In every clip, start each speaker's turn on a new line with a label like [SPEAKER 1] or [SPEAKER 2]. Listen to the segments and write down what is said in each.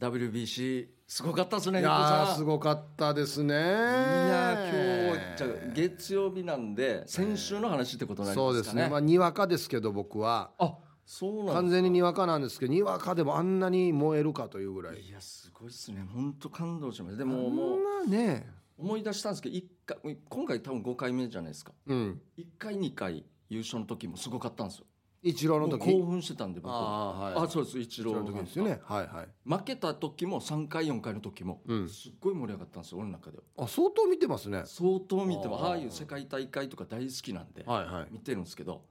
[SPEAKER 1] WBC すごかったですね
[SPEAKER 2] い
[SPEAKER 1] 伊藤
[SPEAKER 2] やー
[SPEAKER 1] さん
[SPEAKER 2] すごかったですねい
[SPEAKER 1] いやー今日じゃあ月曜日なんで先週の話ってことになり
[SPEAKER 2] そ
[SPEAKER 1] ます
[SPEAKER 2] うで
[SPEAKER 1] かね
[SPEAKER 2] すねまあにわかですけど僕は
[SPEAKER 1] あそうなん
[SPEAKER 2] 完
[SPEAKER 1] です
[SPEAKER 2] 全ににわかなんですけどにわかでもあんなに燃えるかというぐらい
[SPEAKER 1] いやすごいですね本当感動しましたで
[SPEAKER 2] あ
[SPEAKER 1] ももうん
[SPEAKER 2] なね
[SPEAKER 1] 思い出したんですけど一回今回多分5回目じゃないですか
[SPEAKER 2] うん
[SPEAKER 1] 1回2回優勝の時もすごかったんですよ
[SPEAKER 2] 一郎の
[SPEAKER 1] もう
[SPEAKER 2] 時
[SPEAKER 1] 興奮してたんで僕あ,、
[SPEAKER 2] ああはい
[SPEAKER 1] そうです一
[SPEAKER 2] 一郎
[SPEAKER 1] 郎
[SPEAKER 2] の時
[SPEAKER 1] なん
[SPEAKER 2] ですよねはいはい
[SPEAKER 1] 負けた時も3回4回の時も
[SPEAKER 2] うん
[SPEAKER 1] すっごい盛り上がったんですよ俺の中では
[SPEAKER 2] あ相当見てますね
[SPEAKER 1] 相当見ても
[SPEAKER 2] あー
[SPEAKER 1] ああいう世界大会とか大好きなんで
[SPEAKER 2] はいはい
[SPEAKER 1] 見てるんですけど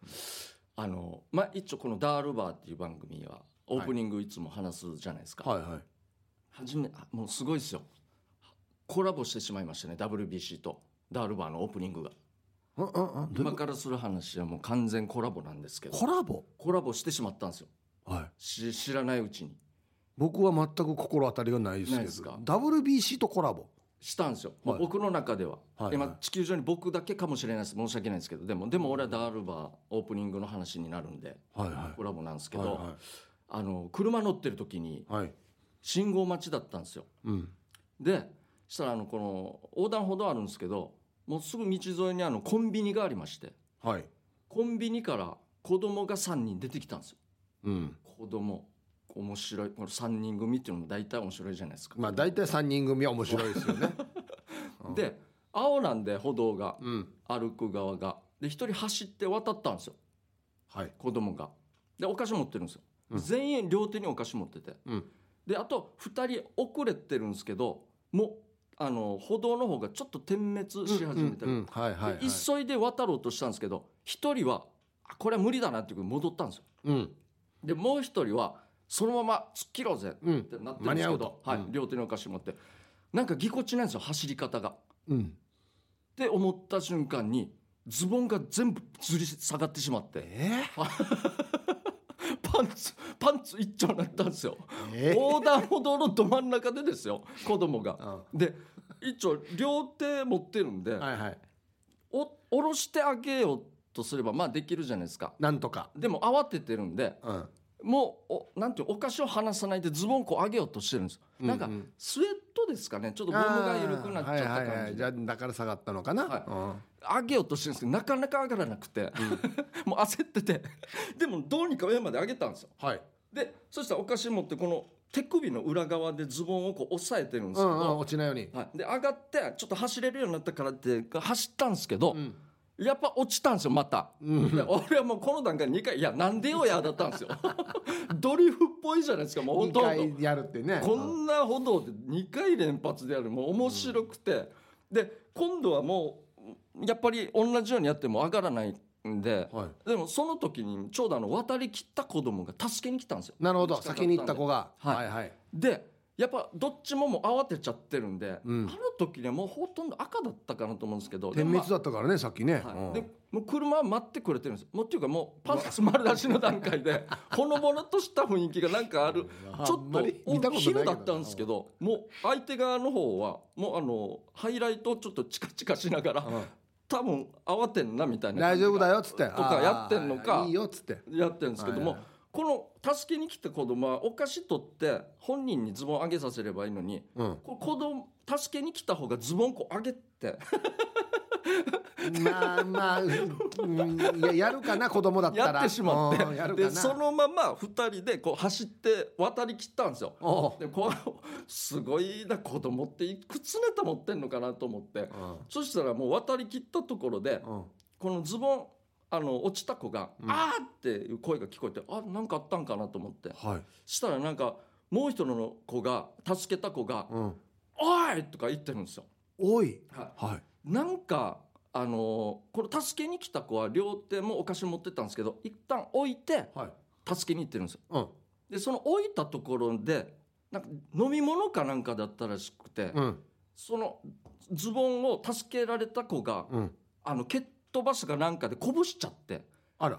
[SPEAKER 1] あの、まあ、一応この「ダールバー」っていう番組はオープニングいつも話すじゃないですか、
[SPEAKER 2] はいはい
[SPEAKER 1] はじめあもうすごいですよコラボしてしまいましたね WBC とダールバーのオープニングが
[SPEAKER 2] うんうんうんどうい
[SPEAKER 1] 今
[SPEAKER 2] うこ
[SPEAKER 1] からする話はもう完全コラボなんですけ
[SPEAKER 2] と
[SPEAKER 1] ど
[SPEAKER 2] コラボ
[SPEAKER 1] コラボしてしまったんですよ
[SPEAKER 2] はい
[SPEAKER 1] し知らないうちに
[SPEAKER 2] 僕は全く心当たりがない
[SPEAKER 1] ない
[SPEAKER 2] で
[SPEAKER 1] です
[SPEAKER 2] すけど
[SPEAKER 1] か
[SPEAKER 2] WBC とコラボ
[SPEAKER 1] したんですよ、
[SPEAKER 2] はい
[SPEAKER 1] 僕の中では、
[SPEAKER 2] はいはい
[SPEAKER 1] 今地球上に僕だけかもしれないです申し訳ないですけどでもでも俺はダールバーオープニングの話になるんで
[SPEAKER 2] はいは
[SPEAKER 1] コラボなんですけ
[SPEAKER 2] い
[SPEAKER 1] ど、
[SPEAKER 2] は
[SPEAKER 1] あの車乗ってる時に
[SPEAKER 2] いはいはい
[SPEAKER 1] 信号待ちだったんですよ
[SPEAKER 2] うん
[SPEAKER 1] でしたらあのこの横断歩道あるんですけどもうすぐ道沿いにあのコンビニがありまして
[SPEAKER 2] はい
[SPEAKER 1] コンビニから子供が3人出てきたんですよ
[SPEAKER 2] うん
[SPEAKER 1] 子供面白いこの3人組っていうのも大体面白いじゃないですか、
[SPEAKER 2] まあ大体3人組は面白いですよね
[SPEAKER 1] で青なんで歩道が
[SPEAKER 2] うん
[SPEAKER 1] 歩く側がで一人走って渡ったんですよ
[SPEAKER 2] はい
[SPEAKER 1] 子供がでお菓子持ってるんですよ、
[SPEAKER 2] うん
[SPEAKER 1] 全員両手にお菓子持ってて、
[SPEAKER 2] うん
[SPEAKER 1] であと2人遅れてるんですけどもうあの歩道の方がちょっと点滅し始めてる、
[SPEAKER 2] うんうんうんはいはいはい
[SPEAKER 1] で急いで渡ろうとしたんですけど1人はあこれは無理だなっていうことで戻ったんですよ
[SPEAKER 2] うん
[SPEAKER 1] でもう1人はそのまま突っ切ろうぜ
[SPEAKER 2] うん
[SPEAKER 1] ってなってる
[SPEAKER 2] 間
[SPEAKER 1] んで
[SPEAKER 2] に
[SPEAKER 1] す
[SPEAKER 2] 合
[SPEAKER 1] け
[SPEAKER 2] う
[SPEAKER 1] ど
[SPEAKER 2] と、
[SPEAKER 1] はい
[SPEAKER 2] うん
[SPEAKER 1] 両手にお菓子持ってなんかぎこちないんですよ走り方が。っ
[SPEAKER 2] うん
[SPEAKER 1] て思った瞬間にズボンが全部ずり下がってしまって
[SPEAKER 2] え
[SPEAKER 1] パンツパンツ一丁になったんですよ。
[SPEAKER 2] え
[SPEAKER 1] 横断歩道のど真ん中でですよ子供が。
[SPEAKER 2] は
[SPEAKER 1] で一応両手持ってるんで、
[SPEAKER 2] いはい
[SPEAKER 1] お下ろしてあげようとすればまあできるじゃないですか
[SPEAKER 2] なんとか
[SPEAKER 1] でも慌ててるんで
[SPEAKER 2] うん
[SPEAKER 1] もうおなんていうお菓子を離さないでズボンこう上げようとしてるんですよ、
[SPEAKER 2] うん
[SPEAKER 1] なんか
[SPEAKER 2] うん
[SPEAKER 1] スウェットですかねちょっとゴムが緩くなっちゃった
[SPEAKER 2] あーはいはい
[SPEAKER 1] 感
[SPEAKER 2] は
[SPEAKER 1] じ
[SPEAKER 2] いじ
[SPEAKER 1] で
[SPEAKER 2] ゃあだから下がったのかな、
[SPEAKER 1] はい
[SPEAKER 2] うん
[SPEAKER 1] 上げようとしてるんですけどなかなか上がらなくて、 もう焦っててでもどうにか上まで上げたんですよ
[SPEAKER 2] はい
[SPEAKER 1] でそしたらお菓子持ってこの手首の裏側でズボンをこう押さえてるんです
[SPEAKER 2] う
[SPEAKER 1] けど、
[SPEAKER 2] んうん落ちないように、
[SPEAKER 1] はい、で上がってちょっと走れるようになったからって走ったんですけど、
[SPEAKER 2] ん
[SPEAKER 1] やっぱ落ちたんですよまた、で俺はもうこの段階2回「いやなんでよや」だったんですよドリフっぽいじゃないですかもうほ
[SPEAKER 2] 二
[SPEAKER 1] とんど
[SPEAKER 2] 回やるってね
[SPEAKER 1] こんな歩道で2回連発でやるもう面白くて、で今度はもうやっぱり同じようにやっても上がらないんで、
[SPEAKER 2] うんはい
[SPEAKER 1] でもその時にちょうどあの渡りきった子供が助けに来たんですよ
[SPEAKER 2] なるほど先に行った子が、
[SPEAKER 1] はい
[SPEAKER 2] はいはい
[SPEAKER 1] でやっぱどっちももう慌てちゃってるんで、
[SPEAKER 2] うん
[SPEAKER 1] あの時にはもうほとんど赤だったかなと思うんですけど
[SPEAKER 2] 点滅
[SPEAKER 1] だ
[SPEAKER 2] だったからねさっきね、うん
[SPEAKER 1] でもう車は待ってくれてるんですもうっていうかもうパンツ丸出しの段階 でほのぼのとした雰囲気がなんかある
[SPEAKER 2] うん
[SPEAKER 1] ちょ
[SPEAKER 2] あん
[SPEAKER 1] っ
[SPEAKER 2] ま
[SPEAKER 1] と
[SPEAKER 2] り
[SPEAKER 1] お
[SPEAKER 2] 見たことないけど
[SPEAKER 1] 昼だったんですけどもう相手側の方はもうあのハイライトをちょっとチカチカしながら
[SPEAKER 2] うん
[SPEAKER 1] 多分慌てんなみたいな感
[SPEAKER 2] 大
[SPEAKER 1] じが
[SPEAKER 2] 丈夫だよっつってと
[SPEAKER 1] とかやってんのか
[SPEAKER 2] いいよっつって
[SPEAKER 1] やってるんですけども、
[SPEAKER 2] はい
[SPEAKER 1] この助けに来た子供はお菓子取って本人にズボン上げさせればいいのに
[SPEAKER 2] うん
[SPEAKER 1] こ子供助けに来た方がズボンこう上げて
[SPEAKER 2] まあまあ、うん、い ややるかな子供だったら
[SPEAKER 1] やってしまって
[SPEAKER 2] うんやるかな
[SPEAKER 1] でそのまま2人でこう走って渡りきったんですよ。
[SPEAKER 2] おう
[SPEAKER 1] でこうすごいな子供っていくつネタ持ってんのかなと思ってそしたらもう渡りきったところで
[SPEAKER 2] うんうん
[SPEAKER 1] このズボンあの落ちた子が「
[SPEAKER 2] うん
[SPEAKER 1] あー!」っていう声が聞こえてあなんかあったんかなと思って
[SPEAKER 2] はい
[SPEAKER 1] したらなんかもう一人の子が助けた子が
[SPEAKER 2] うん
[SPEAKER 1] 「おい!」とか言ってるんですよ。
[SPEAKER 2] おい
[SPEAKER 1] は
[SPEAKER 2] はい
[SPEAKER 1] いなんかあのーこの助けに来た子は両手もお菓子持ってったんですけど一旦置いて
[SPEAKER 2] はい
[SPEAKER 1] 助けに行ってるんですよ。
[SPEAKER 2] うん
[SPEAKER 1] でその置いたところでなんか飲み物かなんかだったらしくて、
[SPEAKER 2] うん
[SPEAKER 1] そのズボンを助けられた子が
[SPEAKER 2] うん
[SPEAKER 1] あの蹴っ飛ばすかなんかでこぼしちゃって
[SPEAKER 2] あら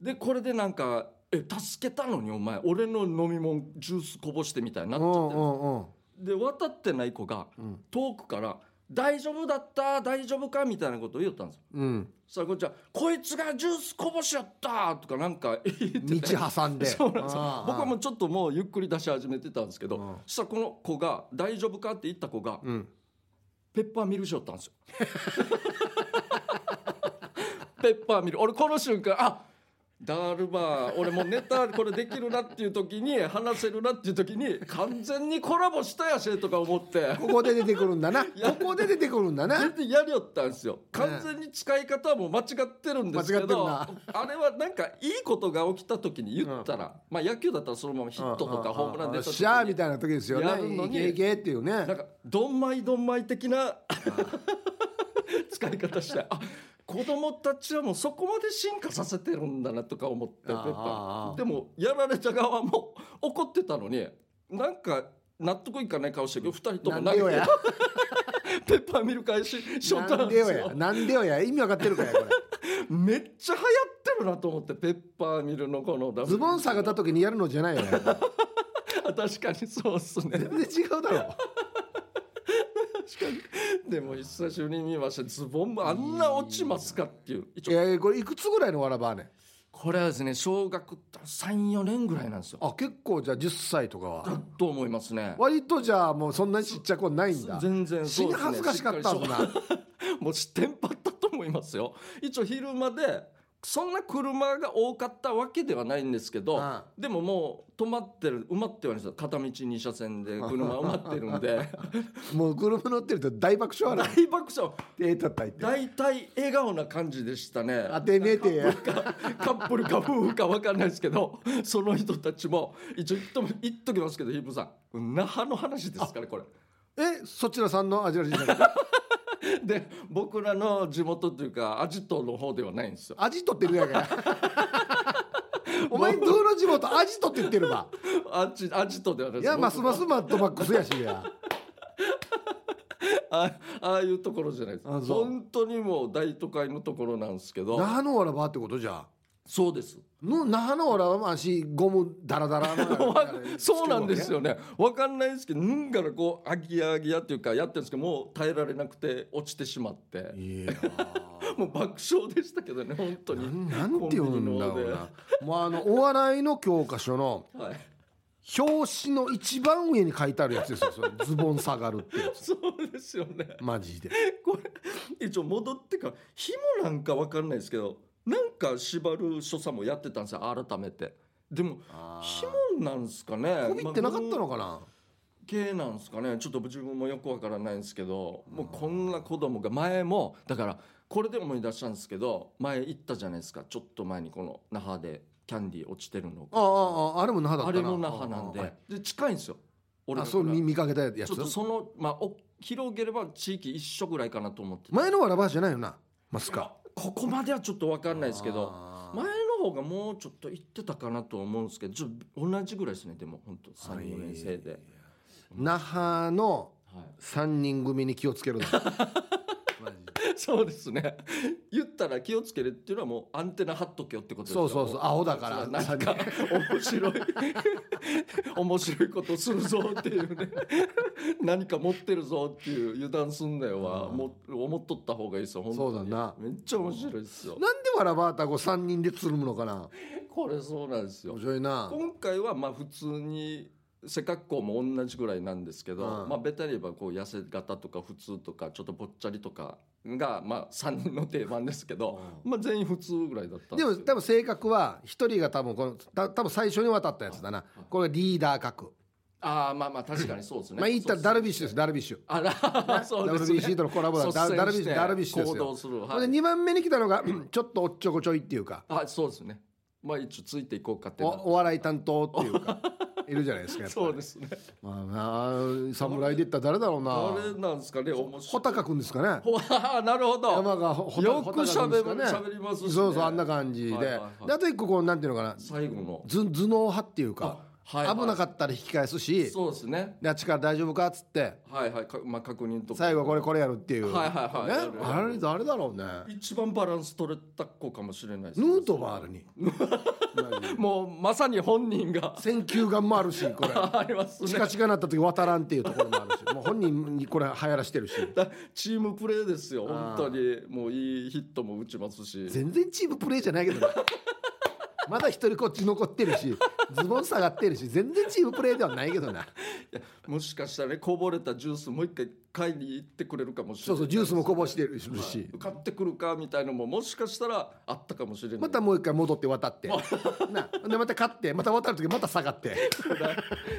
[SPEAKER 1] でこれでなんか「え助けたのにお前俺の飲み物ジュースこぼして」みたいになっちゃってる
[SPEAKER 2] うんうん
[SPEAKER 1] で渡ってない子が
[SPEAKER 2] うん
[SPEAKER 1] 遠くから大丈夫だった大丈夫かみたいなことを言ったんですよ
[SPEAKER 2] うん、
[SPEAKER 1] そしたらこっちは「こいつがジュースこぼしやった!」とかなん か言ってて
[SPEAKER 2] 道挟んで
[SPEAKER 1] そうなんですよ
[SPEAKER 2] ああ
[SPEAKER 1] 僕はもうちょっともうゆっくり出し始めてたんですけど、
[SPEAKER 2] うん
[SPEAKER 1] そしたらこの子が「大丈夫か?」って言った子が
[SPEAKER 2] うん、
[SPEAKER 1] ペッパーミルしよったんですよペッパーミル俺この瞬間あダールバー俺もうネタこれできるなっていう時に話せるなっていう時に完全にコラボしたやしとか思って
[SPEAKER 2] ここで出てくるんだ なここで出てくるんだな
[SPEAKER 1] 全然やりよったんですよ完全に使い方はもう間違ってるんですけ
[SPEAKER 2] 間違ってる
[SPEAKER 1] ど
[SPEAKER 2] な
[SPEAKER 1] あれはなんかいいことが起きた時に言ったら、まあ野球だったらそのままヒットとかホームラン出
[SPEAKER 2] で
[SPEAKER 1] た時
[SPEAKER 2] シャーみ
[SPEAKER 1] に
[SPEAKER 2] たいな時ですよ
[SPEAKER 1] やるの
[SPEAKER 2] ねい
[SPEAKER 1] に
[SPEAKER 2] けいけっていうね
[SPEAKER 1] なんかどんまいどんまい的な使い方してあ子供たちはもうそこまで進化させてるんだなとか思って
[SPEAKER 2] あ
[SPEAKER 1] ペ
[SPEAKER 2] ー
[SPEAKER 1] ッ
[SPEAKER 2] あー
[SPEAKER 1] パ
[SPEAKER 2] あー
[SPEAKER 1] ーでもやられた側も怒ってたのになんか納得いかない顔してるけど2人と
[SPEAKER 2] な
[SPEAKER 1] も
[SPEAKER 2] ん
[SPEAKER 1] 投
[SPEAKER 2] で
[SPEAKER 1] げ
[SPEAKER 2] よ
[SPEAKER 1] て
[SPEAKER 2] や
[SPEAKER 1] ペッパー見る返ししよった
[SPEAKER 2] なんんで
[SPEAKER 1] で
[SPEAKER 2] よ
[SPEAKER 1] す
[SPEAKER 2] や
[SPEAKER 1] よ
[SPEAKER 2] なんでよや意味わかってるかやこ れ
[SPEAKER 1] めっちゃ流行ってるなと思ってペッパーミルのこの
[SPEAKER 2] ズボン下がった
[SPEAKER 1] と
[SPEAKER 2] 時にやるのじゃないよね
[SPEAKER 1] 確かにそうっすね
[SPEAKER 2] 全然違 うだろ
[SPEAKER 1] でも久しぶりに見ましたズボンもあんな落ちますかっていう一応
[SPEAKER 2] えー、これいくつぐらいのわらばね
[SPEAKER 1] これはですね小学34年ぐらいなんですよ
[SPEAKER 2] あ結構じゃあ10歳とかは
[SPEAKER 1] だと思いますね
[SPEAKER 2] 割とじゃあもうそんなにちっちゃくはないんだ
[SPEAKER 1] 全然
[SPEAKER 2] 死
[SPEAKER 1] そう
[SPEAKER 2] に
[SPEAKER 1] ですね
[SPEAKER 2] 恥ずかしかったもんな
[SPEAKER 1] もうテンパったと思いますよ一応昼間でそんな車が多かったわけではないんですけど、
[SPEAKER 2] ああ
[SPEAKER 1] でももう止まってる埋まってはいるんですよ片道2車線で車埋まってるん で
[SPEAKER 2] もう車乗ってると大爆笑ある
[SPEAKER 1] 大爆笑
[SPEAKER 2] 手叩いて
[SPEAKER 1] 大体笑顔な感じでしたね
[SPEAKER 2] 当てねえてや
[SPEAKER 1] カップルか夫婦か分かんないですけどその人たちも一応言っとも言っときますけどヒープさん那覇の話ですからこれ
[SPEAKER 2] えそちらさんの味らしいじゃない
[SPEAKER 1] で僕らの地元というかアジトの方ではないんですよ
[SPEAKER 2] 味取ってる やからお前どの地元味取って言ってるば
[SPEAKER 1] アジアジトでは ない
[SPEAKER 2] い
[SPEAKER 1] です
[SPEAKER 2] やますますすマッドマックスやしや
[SPEAKER 1] あああいうところじゃないです
[SPEAKER 2] あそう
[SPEAKER 1] 本当にもう大都会のところなんですけ
[SPEAKER 2] 那
[SPEAKER 1] ど
[SPEAKER 2] 覇のわらばってことじゃ
[SPEAKER 1] そうです
[SPEAKER 2] の那覇のわらばも足ゴムダラダラ の
[SPEAKER 1] わそうなんですよねわかんないですけどうんからこうアギヤアギヤっていうかやってるんですけどもう耐えられなくて落ちてしまって
[SPEAKER 2] いや
[SPEAKER 1] もう爆笑でしたけどね本当
[SPEAKER 2] な
[SPEAKER 1] に
[SPEAKER 2] んなんて言うんだ
[SPEAKER 1] コンビニの
[SPEAKER 2] ろうなもうあのお笑いの教科書の
[SPEAKER 1] はい
[SPEAKER 2] 表紙の一番上に書いてあるやつですよそれズボン下がるってやつ
[SPEAKER 1] そうですよね
[SPEAKER 2] マジで
[SPEAKER 1] これ一応戻ってから紐なんかわかんないですけどなんか縛る所作もやってたんですよ改めてでも紐なんですかね
[SPEAKER 2] こびってなかったの
[SPEAKER 1] か
[SPEAKER 2] かな
[SPEAKER 1] 系なんですかねちょっと自分もよくわからないんですけどもうこんな子供が前もだからこれで思い出したんですけど前行ったじゃないですかちょっと前にこの那覇でキャンディー落ちてるのを
[SPEAKER 2] あああああれも那覇だ
[SPEAKER 1] あ
[SPEAKER 2] った
[SPEAKER 1] れ
[SPEAKER 2] な
[SPEAKER 1] も那覇なんでで近いんですよ俺
[SPEAKER 2] あ
[SPEAKER 1] が
[SPEAKER 2] そう見見かけたや
[SPEAKER 1] ちょっと
[SPEAKER 2] つ
[SPEAKER 1] その、まあ、お広げれば地域一緒ぐらいかなと思ってて
[SPEAKER 2] 前のわらばじゃないよなマスカ
[SPEAKER 1] ここまではちょっと分かんないですけど
[SPEAKER 2] あー
[SPEAKER 1] 前の方がもうちょっと行ってたかなと思うんですけどちょっと同じぐらいですねでも本当
[SPEAKER 2] あいい
[SPEAKER 1] 34年生で、
[SPEAKER 2] 那覇の
[SPEAKER 1] はい、
[SPEAKER 2] 三人組に気をつけ るなマジで
[SPEAKER 1] そうですね言ったら気をつけるっていうのはもうアンテナ張っとけよってことです
[SPEAKER 2] そうそうそうアホだから
[SPEAKER 1] なんか面白い 面白いことするぞっていうね 何か持ってるぞっていう油断すんなよは
[SPEAKER 2] うん
[SPEAKER 1] も思っとった方がいいですよ本当
[SPEAKER 2] そ
[SPEAKER 1] に
[SPEAKER 2] うだな
[SPEAKER 1] めっちゃ面白いですよ
[SPEAKER 2] なんでわらばあたこ三人でつるむのかな
[SPEAKER 1] これそうなんですよ
[SPEAKER 2] 面白いな
[SPEAKER 1] 今回はまあ普通に背格好も同じぐらいなんですけど、
[SPEAKER 2] うん
[SPEAKER 1] まあベタに言えばこう痩せ型とか普通とかちょっとぽっちゃりとかがまあ3人の定番ですけど、まあ全員普通ぐらいだったん
[SPEAKER 2] でも
[SPEAKER 1] けど
[SPEAKER 2] 多分性格は一人が多分このた多分最初に渡ったやつだな
[SPEAKER 1] はい
[SPEAKER 2] これがリーダー格
[SPEAKER 1] ああまあまあ確かにそうですね
[SPEAKER 2] まあ言ったらダルビッシュですダルビッシュ
[SPEAKER 1] あらそうですね
[SPEAKER 2] WBC とのコラボだダルダルビッシュダルビッシュです
[SPEAKER 1] 行動
[SPEAKER 2] よ
[SPEAKER 1] する、
[SPEAKER 2] ほん
[SPEAKER 1] は
[SPEAKER 2] で
[SPEAKER 1] い、
[SPEAKER 2] 2番目に来たのが ちょっとおっちょこちょいっていうか
[SPEAKER 1] あそうですねまあ一応ついていこうかってな
[SPEAKER 2] おお笑い担当っていうかいるじゃないですかやっぱり
[SPEAKER 1] そうですね
[SPEAKER 2] まあなあ侍で言ったら誰だろう
[SPEAKER 1] あ
[SPEAKER 2] な
[SPEAKER 1] れなんですかね面白
[SPEAKER 2] 穂
[SPEAKER 1] い
[SPEAKER 2] 高君ですかね
[SPEAKER 1] ほわなるほど
[SPEAKER 2] 山がほ
[SPEAKER 1] よく
[SPEAKER 2] 穂高君ですかね
[SPEAKER 1] 喋りますしね
[SPEAKER 2] そうそうあんな感じで、
[SPEAKER 1] はいはいはい
[SPEAKER 2] であと一個こうなんていうのかな
[SPEAKER 1] 最後の
[SPEAKER 2] 頭頭脳派っていうか
[SPEAKER 1] あはいはい
[SPEAKER 2] 危なかったら引き返すし、
[SPEAKER 1] そうですね
[SPEAKER 2] であっちから大丈夫かっつって
[SPEAKER 1] はいはいかまあ確認とか
[SPEAKER 2] 最後これこれやるっていう、
[SPEAKER 1] はいはいはい
[SPEAKER 2] ね、あれ誰だろうね
[SPEAKER 1] 一番バランス取れた子かもしれないです
[SPEAKER 2] ヌートバーに
[SPEAKER 1] もうまさに本人 が
[SPEAKER 2] 選球眼もあるし これ
[SPEAKER 1] あります
[SPEAKER 2] チ
[SPEAKER 1] ね
[SPEAKER 2] カチカなった時渡らんっていうところもあるしもう 本人にこれ流行らしてるし
[SPEAKER 1] だチームプレーですよ
[SPEAKER 2] あー
[SPEAKER 1] 本当にもういいヒットも打ちますし
[SPEAKER 2] 全然チームプレーじゃないけどね まだ一人こっち残ってるしズボン下がってるし全然チームプレーではないけどな
[SPEAKER 1] もしかしたらねこぼれたジュースもう一回買いに行ってくれるかもしれ
[SPEAKER 2] そ
[SPEAKER 1] な
[SPEAKER 2] う
[SPEAKER 1] い
[SPEAKER 2] そうジュースもこぼしてるし、
[SPEAKER 1] 買ってくるかみたいのももしかしたらあったかもしれない
[SPEAKER 2] またもう一回戻って渡って なでまた勝ってまた渡る時また下 がって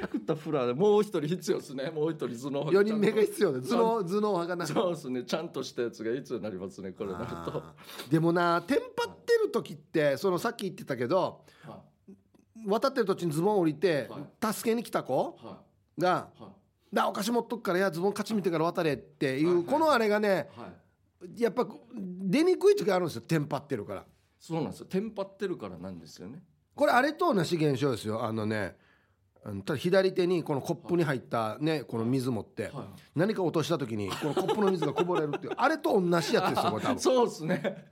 [SPEAKER 1] 食ったフラでもう一人必要ですねもう一人頭脳
[SPEAKER 2] 4人目が必要で頭脳頭脳派がな
[SPEAKER 1] そうですねちゃんとしたやつが必要になりますねこれなると
[SPEAKER 2] あーでもなテンパってる時ってそのさっき言ってたけど
[SPEAKER 1] は
[SPEAKER 2] 渡ってる途中にズボン降りて、助けに来た子
[SPEAKER 1] いは
[SPEAKER 2] が
[SPEAKER 1] いは
[SPEAKER 2] 「なお菓子持っとくからいやズボン勝ち見てから渡れ」っていう、
[SPEAKER 1] はいはい
[SPEAKER 2] このあれがね
[SPEAKER 1] いはい
[SPEAKER 2] やっぱ出にくい時があるんですよテンパってるから
[SPEAKER 1] そうなんですよテンパってるからなんですよね
[SPEAKER 2] これあれと同じ現象ですよあのねあのただ左手にこのコップに入ったねこの水持って
[SPEAKER 1] はい
[SPEAKER 2] 何か落とした時にこのコップの水がこぼれる っていうあれと同じやつですよこれ多分
[SPEAKER 1] そうですね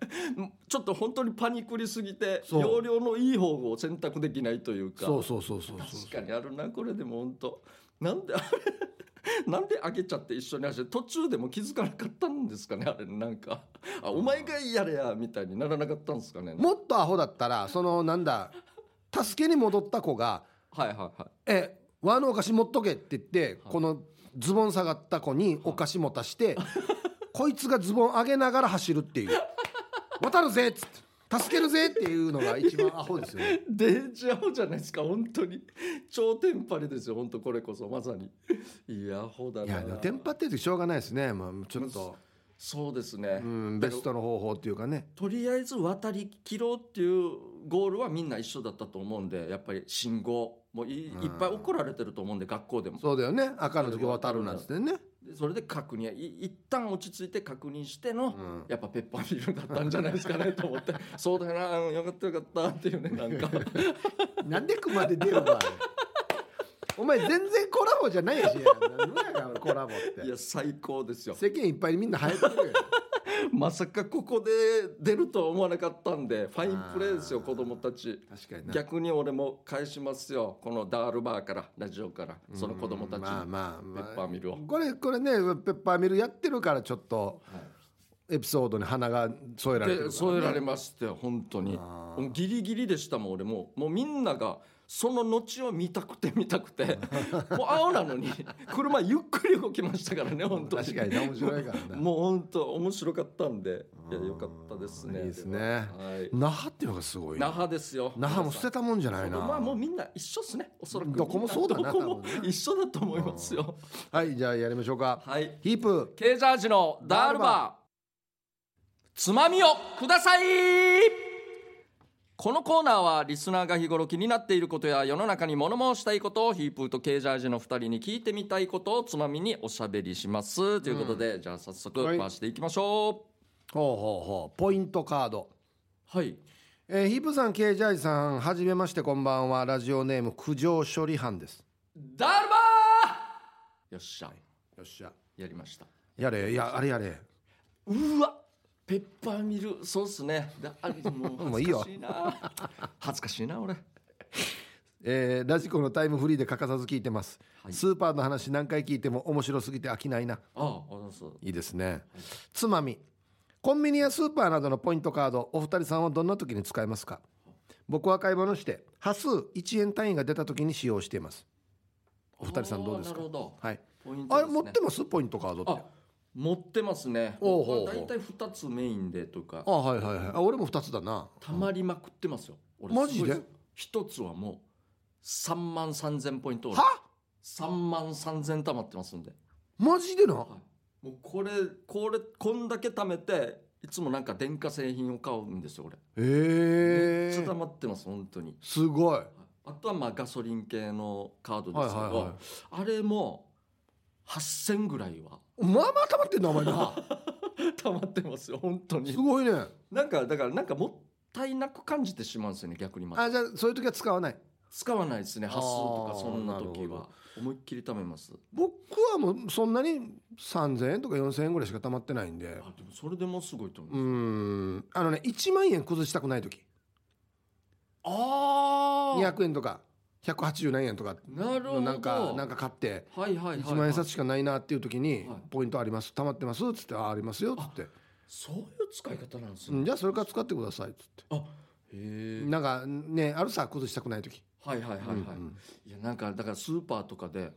[SPEAKER 1] ちょっと本当にパニクりすぎて
[SPEAKER 2] そう
[SPEAKER 1] 容量のいい方を選択できないというか
[SPEAKER 2] そうそうそうそうそう
[SPEAKER 1] 確かにあるなこれでも本当なんであれなんであげちゃって一緒に走って途中でも気づかなかったんですかねあれなんかあお前がやれやみたいにならなかったんですかね
[SPEAKER 2] もっとアホだったらそのなんだ助けに戻った子が
[SPEAKER 1] はいはいはい
[SPEAKER 2] 「え和のお菓子持っとけ」って言ってこのズボン下がった子にお菓子持た してこいつがズボン上げながら走るっていう「渡るぜ」っつって「助けるぜ」っていうのが一番アホですよね。
[SPEAKER 1] デジャオじゃないですか本当に超テンパりですよ本当これこそまさにいやほだ
[SPEAKER 2] い
[SPEAKER 1] な
[SPEAKER 2] やでもテンパってるとしょうがないですね、まあ、ちょっと、
[SPEAKER 1] そうですね、
[SPEAKER 2] うん、ベストの方法っていうかね
[SPEAKER 1] とりあえず渡り切ろうっていうゴールはみんな一緒だったと思うんでやっぱり信号もいい
[SPEAKER 2] うん
[SPEAKER 1] いっぱい怒られてると思うんで学校でも
[SPEAKER 2] そうだよね赤の時渡るなんつってね、
[SPEAKER 1] でそれで確認い一旦落ち着いて確認しての、
[SPEAKER 2] うん
[SPEAKER 1] やっぱペッパーミルだったんじゃないですかねと思ってそうだよなうんよかったよかったっていうねなん か
[SPEAKER 2] なんで熊で出 るのあれお前全然コラボじゃないし何やかコラボって
[SPEAKER 1] いや最高ですよ
[SPEAKER 2] 世間いっぱいにみんな流行ってるよ
[SPEAKER 1] まさかここで出るとは思わなかったんでファインプレーですよ
[SPEAKER 2] あー
[SPEAKER 1] 子供たち
[SPEAKER 2] 確かにな
[SPEAKER 1] 逆に俺も返しますよこのダールバーからラジオからその子供たちに、
[SPEAKER 2] まあまあまあ
[SPEAKER 1] ペッパーミルを
[SPEAKER 2] これこれねペッパーミルやってるからちょっとエピソードに鼻が添えられて
[SPEAKER 1] で
[SPEAKER 2] るから
[SPEAKER 1] 添えられまして本当に
[SPEAKER 2] あー
[SPEAKER 1] もうギリギリでしたもん俺もうもうみんながその後を見たくて見たく てもう青なのに車ゆっくり動きましたからね本当に
[SPEAKER 2] 確かにな面白いからな
[SPEAKER 1] もう本当面白かったんでいやよかったですね
[SPEAKER 2] いいですね
[SPEAKER 1] はい
[SPEAKER 2] 那覇っていうのがすごい
[SPEAKER 1] 那
[SPEAKER 2] な
[SPEAKER 1] 覇ですよ
[SPEAKER 2] 那覇も捨てたもんじゃないな
[SPEAKER 1] まあもうみんな一緒っすねおそらく
[SPEAKER 2] どこもそうだな
[SPEAKER 1] どこも
[SPEAKER 2] 多分な
[SPEAKER 1] 一緒だと思いますよ
[SPEAKER 2] はいじゃあやりましょうか、
[SPEAKER 1] はい
[SPEAKER 2] ヒープ
[SPEAKER 1] ケージャージのダールバーつまみをくださいこのコーナーはリスナーが日頃気になっていることや世の中に物申したいことをヒープーとケージャージの2人に聞いてみたいことをつまみにおしゃべりしますということで、じゃあ早速
[SPEAKER 2] はい
[SPEAKER 1] 回していきましょ
[SPEAKER 2] ほうほうほうポイントカード
[SPEAKER 1] うはい
[SPEAKER 2] えー、ヒープさん、ケージャイさん、はじめまして、こんばんは。ラジオネーム、苦情処理班です。
[SPEAKER 1] ダールバーよっしゃ
[SPEAKER 2] よっしゃ。
[SPEAKER 1] やりました
[SPEAKER 2] やれ、いや、あれやれ。
[SPEAKER 1] うわペッパーミルそうっすねだあもう
[SPEAKER 2] もうい
[SPEAKER 1] 恥
[SPEAKER 2] い
[SPEAKER 1] ず
[SPEAKER 2] よ
[SPEAKER 1] かしいな恥ずかしいな俺
[SPEAKER 2] えーラジコのタイムフリーで欠かさず聞いてます。
[SPEAKER 1] はい
[SPEAKER 2] スーパーの話何回聞いても面白すぎて飽きないな。
[SPEAKER 1] あああそう
[SPEAKER 2] いいですね。つまみ。コンビニやスーパーなどのポイントカード、お二人さんはどんな時に使いますか僕は買い物して、端数1円単位が出た時に使用しています。お二人さんどうですか
[SPEAKER 1] あーなるほど
[SPEAKER 2] はい。
[SPEAKER 1] ポイント
[SPEAKER 2] あれ、
[SPEAKER 1] ですね
[SPEAKER 2] 持ってますポイントカードっ
[SPEAKER 1] あ
[SPEAKER 2] て。
[SPEAKER 1] 持ってますね
[SPEAKER 2] おうほうほう
[SPEAKER 1] だいたい2つメインでとか
[SPEAKER 2] あ、はいはいはい。あ、俺も2つだな。
[SPEAKER 1] たまりまくってますよ俺
[SPEAKER 2] マジで
[SPEAKER 1] ご
[SPEAKER 2] す
[SPEAKER 1] いす1つはもう3万3000ポイント
[SPEAKER 2] は
[SPEAKER 1] 3万3000貯まってますんで、
[SPEAKER 2] マジでな
[SPEAKER 1] はい、もうこれこれこんだけ貯めていつもなんか電化製品を買うんですよ俺
[SPEAKER 2] え
[SPEAKER 1] めっ
[SPEAKER 2] え
[SPEAKER 1] ちゃ貯まってます本当に
[SPEAKER 2] すごい。
[SPEAKER 1] あとはまあガソリン系のカード
[SPEAKER 2] は
[SPEAKER 1] で
[SPEAKER 2] い
[SPEAKER 1] すけど、
[SPEAKER 2] はいはい。
[SPEAKER 1] あれも8000ぐらいは
[SPEAKER 2] まあまあ溜まってんなお前な
[SPEAKER 1] 貯まってますよ本当に
[SPEAKER 2] すごいね
[SPEAKER 1] なんかだからなんかもったいなく感じてしまうんですよね逆にまた
[SPEAKER 2] あじゃあそういう時は使わない
[SPEAKER 1] 使わないですね
[SPEAKER 2] あー
[SPEAKER 1] 発想とかそんな
[SPEAKER 2] な
[SPEAKER 1] 時
[SPEAKER 2] るほ
[SPEAKER 1] は
[SPEAKER 2] ど
[SPEAKER 1] 思いっきり貯めます
[SPEAKER 2] 僕はもうそんなに3000円とか4000円ぐらいしか貯まってないんで
[SPEAKER 1] あでもそれでもすごいと思
[SPEAKER 2] う
[SPEAKER 1] う、
[SPEAKER 2] んあのね1万円崩したくない時
[SPEAKER 1] ああ
[SPEAKER 2] 200円とか180何円とか
[SPEAKER 1] なるほど
[SPEAKER 2] なんかなんか買って
[SPEAKER 1] はいはいはい、はい、
[SPEAKER 2] 1万円札しかないなっていう時に
[SPEAKER 1] はい
[SPEAKER 2] 「ポイントあります貯まってます」っつって「あありますよ」っつって
[SPEAKER 1] そういう使い方なんで
[SPEAKER 2] 「
[SPEAKER 1] す
[SPEAKER 2] う
[SPEAKER 1] ね、
[SPEAKER 2] んじゃあそれから使ってください」っつって
[SPEAKER 1] あへえ
[SPEAKER 2] なんかねあるさ崩したくない時
[SPEAKER 1] はいはいはいはい、
[SPEAKER 2] うん
[SPEAKER 1] いやなんかだからスーパーとかで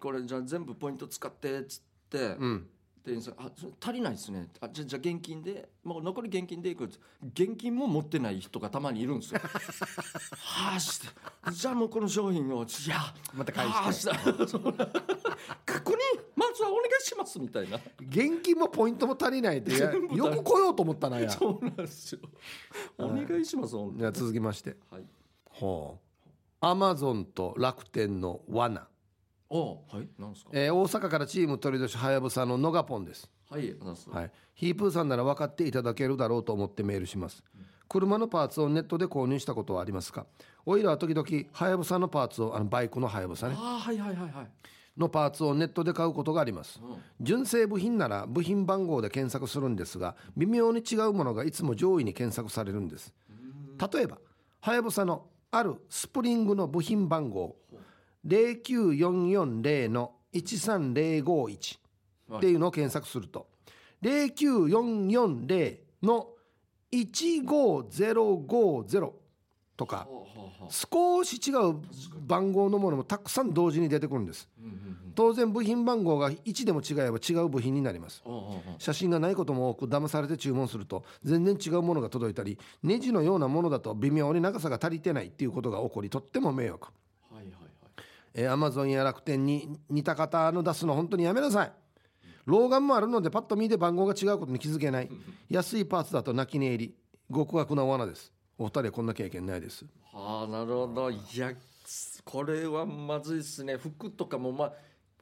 [SPEAKER 1] これじゃあ全部ポイント使ってっつって、
[SPEAKER 2] うん
[SPEAKER 1] 店員さんあそれ足りないですねあじゃじゃあ現金でもう残り現金でいくっつ現金も持ってない人がたまにいるん ですよはあしてじゃあもうこの商品をいや
[SPEAKER 2] また返して
[SPEAKER 1] はあしたそう 確認まずはお願いしますみたいな
[SPEAKER 2] 現金もポイントも足りないっていや
[SPEAKER 1] 全部足り
[SPEAKER 2] よく来ようと思ったなや
[SPEAKER 1] そうなんですよお願いします本当に
[SPEAKER 2] じゃあ続きまして
[SPEAKER 1] はい
[SPEAKER 2] ほうアマゾンと楽天の罠、
[SPEAKER 1] あはいなんですか
[SPEAKER 2] えー大阪からチーム取り出しはやぶさの野賀ポンです
[SPEAKER 1] はいあざっす
[SPEAKER 2] はい、ヒープーさんなら分かっていただけるだろうと思ってメールします車のパーツをネットで購入したことはありますかオイラは時々はやぶさのパーツをあのバイクのはやぶさね
[SPEAKER 1] あはいはいはいはい
[SPEAKER 2] のパーツをネットで買うことがあります
[SPEAKER 1] うん
[SPEAKER 2] 純正部品なら部品番号で検索するんですが微妙に違うものがいつも上位に検索されるんです例えばはやぶさのあるスプリングの部品番号09440の13051っていうのを検索すると09440の15050とか
[SPEAKER 1] はあはあはあ
[SPEAKER 2] 少し違う番号のものもたくさん同時に出てくるんです
[SPEAKER 1] うんうんうん
[SPEAKER 2] 当然部品番号が1でも違えば違う部品になります
[SPEAKER 1] ああああ
[SPEAKER 2] 写真がないことも多く騙されて注文すると全然違うものが届いたりネジのようなものだと微妙に長さが足りてないっていうことが起こりとっても迷惑
[SPEAKER 1] はいはいはい
[SPEAKER 2] えー、Amazon や楽天に似た方の出すの本当にやめなさい老眼もあるのでパッと見で番号が違うことに気づけない 安いパーツだと泣き寝入り極悪な罠ですお二人はこんな経験ないです
[SPEAKER 1] はあなるほどいやこれはまずいですね服とかもまあ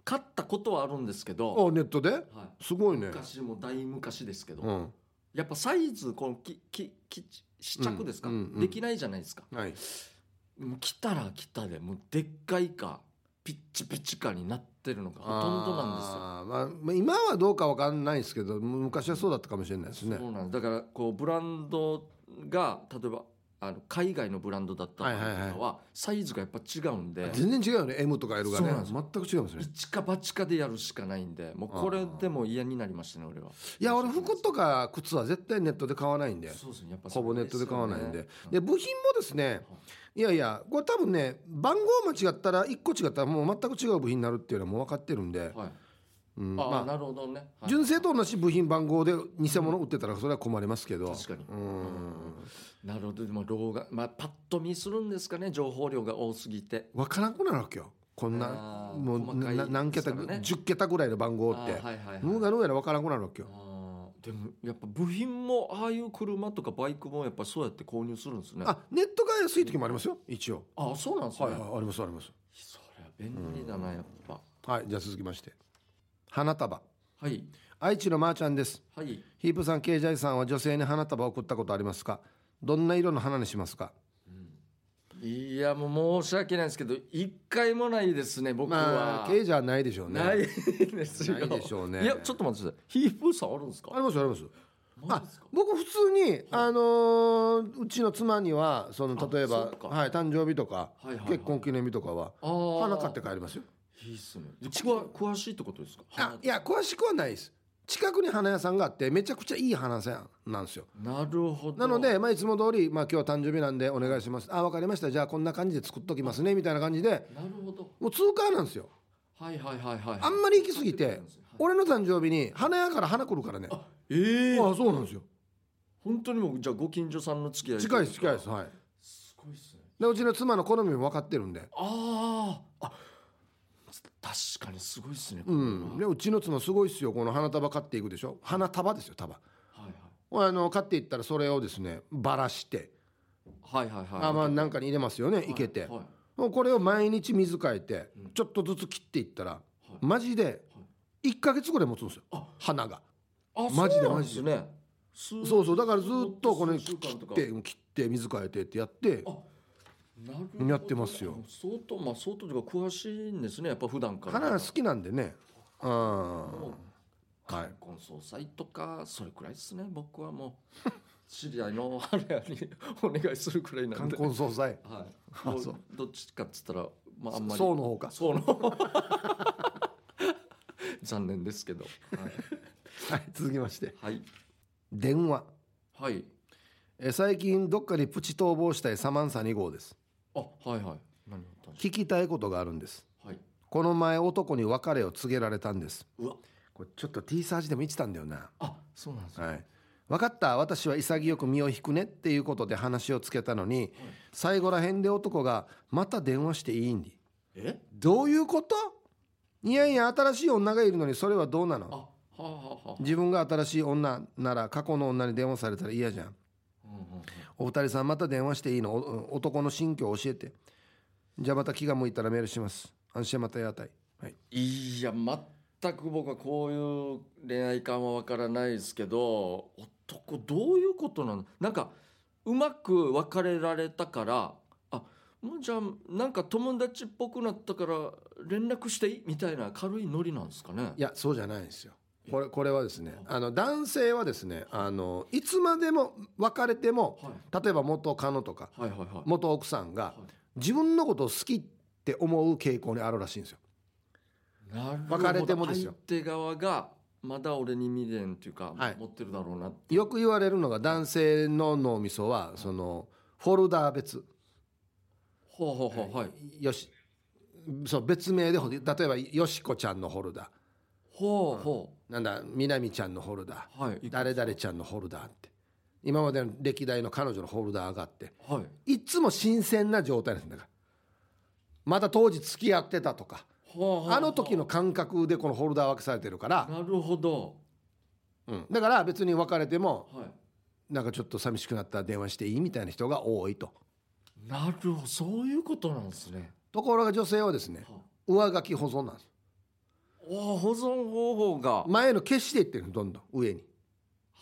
[SPEAKER 1] 買ったことはあるんですけど、
[SPEAKER 2] あネットで
[SPEAKER 1] は
[SPEAKER 2] すご
[SPEAKER 1] い、
[SPEAKER 2] いね
[SPEAKER 1] 昔も大昔ですけど、
[SPEAKER 2] うん
[SPEAKER 1] やっぱサイズこのききき試着ですか、
[SPEAKER 2] うんうんうん
[SPEAKER 1] できないじゃないですか
[SPEAKER 2] はい
[SPEAKER 1] もう来たら来たでもうでっかいかピッチピチかになってるのがほとんどなんですよ
[SPEAKER 2] あーまあまあ、今はどうかわかんないですけどむ昔はそうだったかもしれないですね
[SPEAKER 1] そうなんですだからこうブランドが例えばあの海外のブランドだった場合とかは,、
[SPEAKER 2] はいはい
[SPEAKER 1] サイズがやっぱ違うんで
[SPEAKER 2] 全然違うよね M とか L がね
[SPEAKER 1] そうなんです
[SPEAKER 2] 全く違いますね
[SPEAKER 1] 一か八かでやるしかないんでもうこれでも嫌になりましたね俺はい
[SPEAKER 2] や俺服とか靴は絶対ネットで買わないんで
[SPEAKER 1] そうですねやっぱ
[SPEAKER 2] ほぼネットで買わない
[SPEAKER 1] そう
[SPEAKER 2] んで、で
[SPEAKER 1] ですよね
[SPEAKER 2] 部品もですね、いやいや、これ多分ね、番号間違ったら、1個違ったら、もう全く違う部品になるっていうのはもう分かってるんで、
[SPEAKER 1] はい
[SPEAKER 2] うん
[SPEAKER 1] あ、
[SPEAKER 2] ま
[SPEAKER 1] なるほどね、は
[SPEAKER 2] あ、
[SPEAKER 1] い
[SPEAKER 2] 純正と同じ部品番号で偽物売ってたら、それは困りますけど、
[SPEAKER 1] 確かに
[SPEAKER 2] うん
[SPEAKER 1] なるほどでも老眼まあパッと見するんですかね情報量が多すぎて
[SPEAKER 2] 分からんくなるわけよ、こんな
[SPEAKER 1] あ、ー
[SPEAKER 2] もう
[SPEAKER 1] 細かい
[SPEAKER 2] な何桁、
[SPEAKER 1] ですからね
[SPEAKER 2] 10桁ぐらいの番号
[SPEAKER 1] あ
[SPEAKER 2] っ
[SPEAKER 1] ーはい
[SPEAKER 2] て、
[SPEAKER 1] はいはい
[SPEAKER 2] 無がのやら分からんくなるわけよ。
[SPEAKER 1] あーでもやっぱ部品もああいう車とかバイクもやっぱそうやって購入するんですね
[SPEAKER 2] あネットが安い時もありますよ、一応。
[SPEAKER 1] あそうなんですね、
[SPEAKER 2] はい、はい、あります、あります。
[SPEAKER 1] それは便利だなやっぱ
[SPEAKER 2] はい、じゃあ続きまして、花束、
[SPEAKER 1] はい
[SPEAKER 2] 愛知のまーちゃんです。
[SPEAKER 1] はい
[SPEAKER 2] ヒープさん、ケイジャイさんは女性に花束を送ったことありますかどんな色の花にしますか
[SPEAKER 1] いやもう申し訳ないですけど一回もないですね僕は、
[SPEAKER 2] まあ、ケイジャーないでしょうね。
[SPEAKER 1] ないですよ
[SPEAKER 2] ないでしょうね
[SPEAKER 1] いやちょっと待ってくださいヒープーさんあるんですか
[SPEAKER 2] ありますあります。
[SPEAKER 1] マ
[SPEAKER 2] あ
[SPEAKER 1] ジですか
[SPEAKER 2] 僕普通に、あのーうちの妻にはその
[SPEAKER 1] あ
[SPEAKER 2] 例えば
[SPEAKER 1] そっか
[SPEAKER 2] はい、誕生日とか、
[SPEAKER 1] はいはいはい
[SPEAKER 2] 結婚記念日とかは
[SPEAKER 1] あー
[SPEAKER 2] 花買って帰りますよ
[SPEAKER 1] いいっすねで詳詳しいってことですか
[SPEAKER 2] あいや詳しくはないです近くに花屋さんがあってめちゃくちゃいい花屋さんなんですよ
[SPEAKER 1] なるほど
[SPEAKER 2] なので、まあ、いつも通り、まあ、今日誕生日なんでお願いしますあ分かりましたじゃあこんな感じで作っときますねみたいな感じで
[SPEAKER 1] なるほど
[SPEAKER 2] もう通過なんですよ
[SPEAKER 1] はいはいはいはい
[SPEAKER 2] あんまり行き過ぎて
[SPEAKER 1] お
[SPEAKER 2] 俺の誕生日に花屋から花来るからねあ
[SPEAKER 1] えー、
[SPEAKER 2] あそうなんですよ
[SPEAKER 1] 本当にもうじゃあご近所さんの付き合い
[SPEAKER 2] 近いです近いですはい
[SPEAKER 1] すごいっすね
[SPEAKER 2] でうちの妻の好みも分かってるんで
[SPEAKER 1] あーあ確かにすごいっすねこ
[SPEAKER 2] う
[SPEAKER 1] れは
[SPEAKER 2] んでうちの妻すごいっすよこの花束買っていくでしょ花束ですよ束
[SPEAKER 1] は
[SPEAKER 2] あの買っていったらそれをですねばらして、
[SPEAKER 1] いはいはいはいはい
[SPEAKER 2] あまあなんかに入れますよねいけて、
[SPEAKER 1] はいはい
[SPEAKER 2] もうこれを毎日水替えてちょっとずつ切っていったら、マジで1ヶ月ぐらい持つんですよ
[SPEAKER 1] あ
[SPEAKER 2] 花が
[SPEAKER 1] あ
[SPEAKER 2] マジで
[SPEAKER 1] そうなんすね
[SPEAKER 2] そうそうだからずっとこの
[SPEAKER 1] 数
[SPEAKER 2] 切
[SPEAKER 1] 週間と
[SPEAKER 2] っ
[SPEAKER 1] か
[SPEAKER 2] て切って水替えてってやって
[SPEAKER 1] あなるほど
[SPEAKER 2] やってますよ
[SPEAKER 1] 相当まあ相当というか詳しいんですねやっぱ普段から
[SPEAKER 2] 花好きなんでねうん
[SPEAKER 1] もう
[SPEAKER 2] はい
[SPEAKER 1] 冠婚葬祭とかそれくらいですね僕はもう知り合いのあれにお願いするくらいなん
[SPEAKER 2] 冠
[SPEAKER 1] で
[SPEAKER 2] 婚葬祭
[SPEAKER 1] はい、もう
[SPEAKER 2] そう
[SPEAKER 1] どっちかっつったら、まあ、あんまり
[SPEAKER 2] そうの方か
[SPEAKER 1] そうの 残念ですけど
[SPEAKER 2] はい続きまして
[SPEAKER 1] はいはい、
[SPEAKER 2] 電話
[SPEAKER 1] はい、
[SPEAKER 2] え最近どっかにプチ逃亡したいサマンサ2号です
[SPEAKER 1] あはいはい何だったんでし
[SPEAKER 2] 聞きたいことがあるんです
[SPEAKER 1] ょうはい
[SPEAKER 2] この前男に別れを告げられたんです
[SPEAKER 1] うわ
[SPEAKER 2] これちょっと T サージでも言ってたんだよな
[SPEAKER 1] あそうなんですね
[SPEAKER 2] はい分かった私は潔く身を引くねっていうことで話をつけたのに最後らへんで男が「また電話していいんで
[SPEAKER 1] え
[SPEAKER 2] どういうこといやいや新しい女がいるのにそれはどうな
[SPEAKER 1] あ
[SPEAKER 2] の
[SPEAKER 1] はあはあはあ
[SPEAKER 2] 自分が新しい女なら過去の女に電話されたら嫌じゃん
[SPEAKER 1] うんうんうん
[SPEAKER 2] お二人さんまた電話していいのお男の心境を教えてじゃあまた気が向いたらメールします安心またやたい、はい、
[SPEAKER 1] いや全く僕はこういう恋愛感はわからないですけど男どういうことなのなんかうまく別れられたからあもうじゃあなんか友達っぽくなったから連絡していいみたいな軽いノリなんですかね
[SPEAKER 2] いやそうじゃないんですよこれこれはですねあの男性はですねあのいつまでも別れても
[SPEAKER 1] は
[SPEAKER 2] 例えば元カノとか
[SPEAKER 1] い、はいはいはいはい
[SPEAKER 2] 元奥さんが
[SPEAKER 1] は
[SPEAKER 2] 自分のことを好きって思う傾向にあるらしいんですよ
[SPEAKER 1] なるほど
[SPEAKER 2] 別れてもですよ
[SPEAKER 1] 相手側がまだ俺に未練というか、
[SPEAKER 2] はい
[SPEAKER 1] 持ってるだろうな
[SPEAKER 2] よく言われるのが男性の脳みそはそのフォルダー別
[SPEAKER 1] ほうほうほうはい
[SPEAKER 2] よしそう別名で例えばよしこちゃんのフォルダー
[SPEAKER 1] ほうほ
[SPEAKER 2] なんだ南ちゃんのホルダ
[SPEAKER 1] うはい
[SPEAKER 2] ー誰々ちゃんのホルダーって今までの歴代の彼女のホルダー上があって
[SPEAKER 1] はい
[SPEAKER 2] いつも新鮮な状態なんですだからまた当時付き合ってたとか
[SPEAKER 1] ほうほうほう
[SPEAKER 2] あの時の感覚でこのホルダー分けされてるから、
[SPEAKER 1] なるほど
[SPEAKER 2] うんだから別に別れても
[SPEAKER 1] はい
[SPEAKER 2] なんかちょっと寂しくなったら電話していいみたいな人が多いと
[SPEAKER 1] なるほどそういうことなんですね。
[SPEAKER 2] ところが女性はですね
[SPEAKER 1] は
[SPEAKER 2] 上書き保存なんです
[SPEAKER 1] お保存方法が、
[SPEAKER 2] 前の消していってるのどんどん上に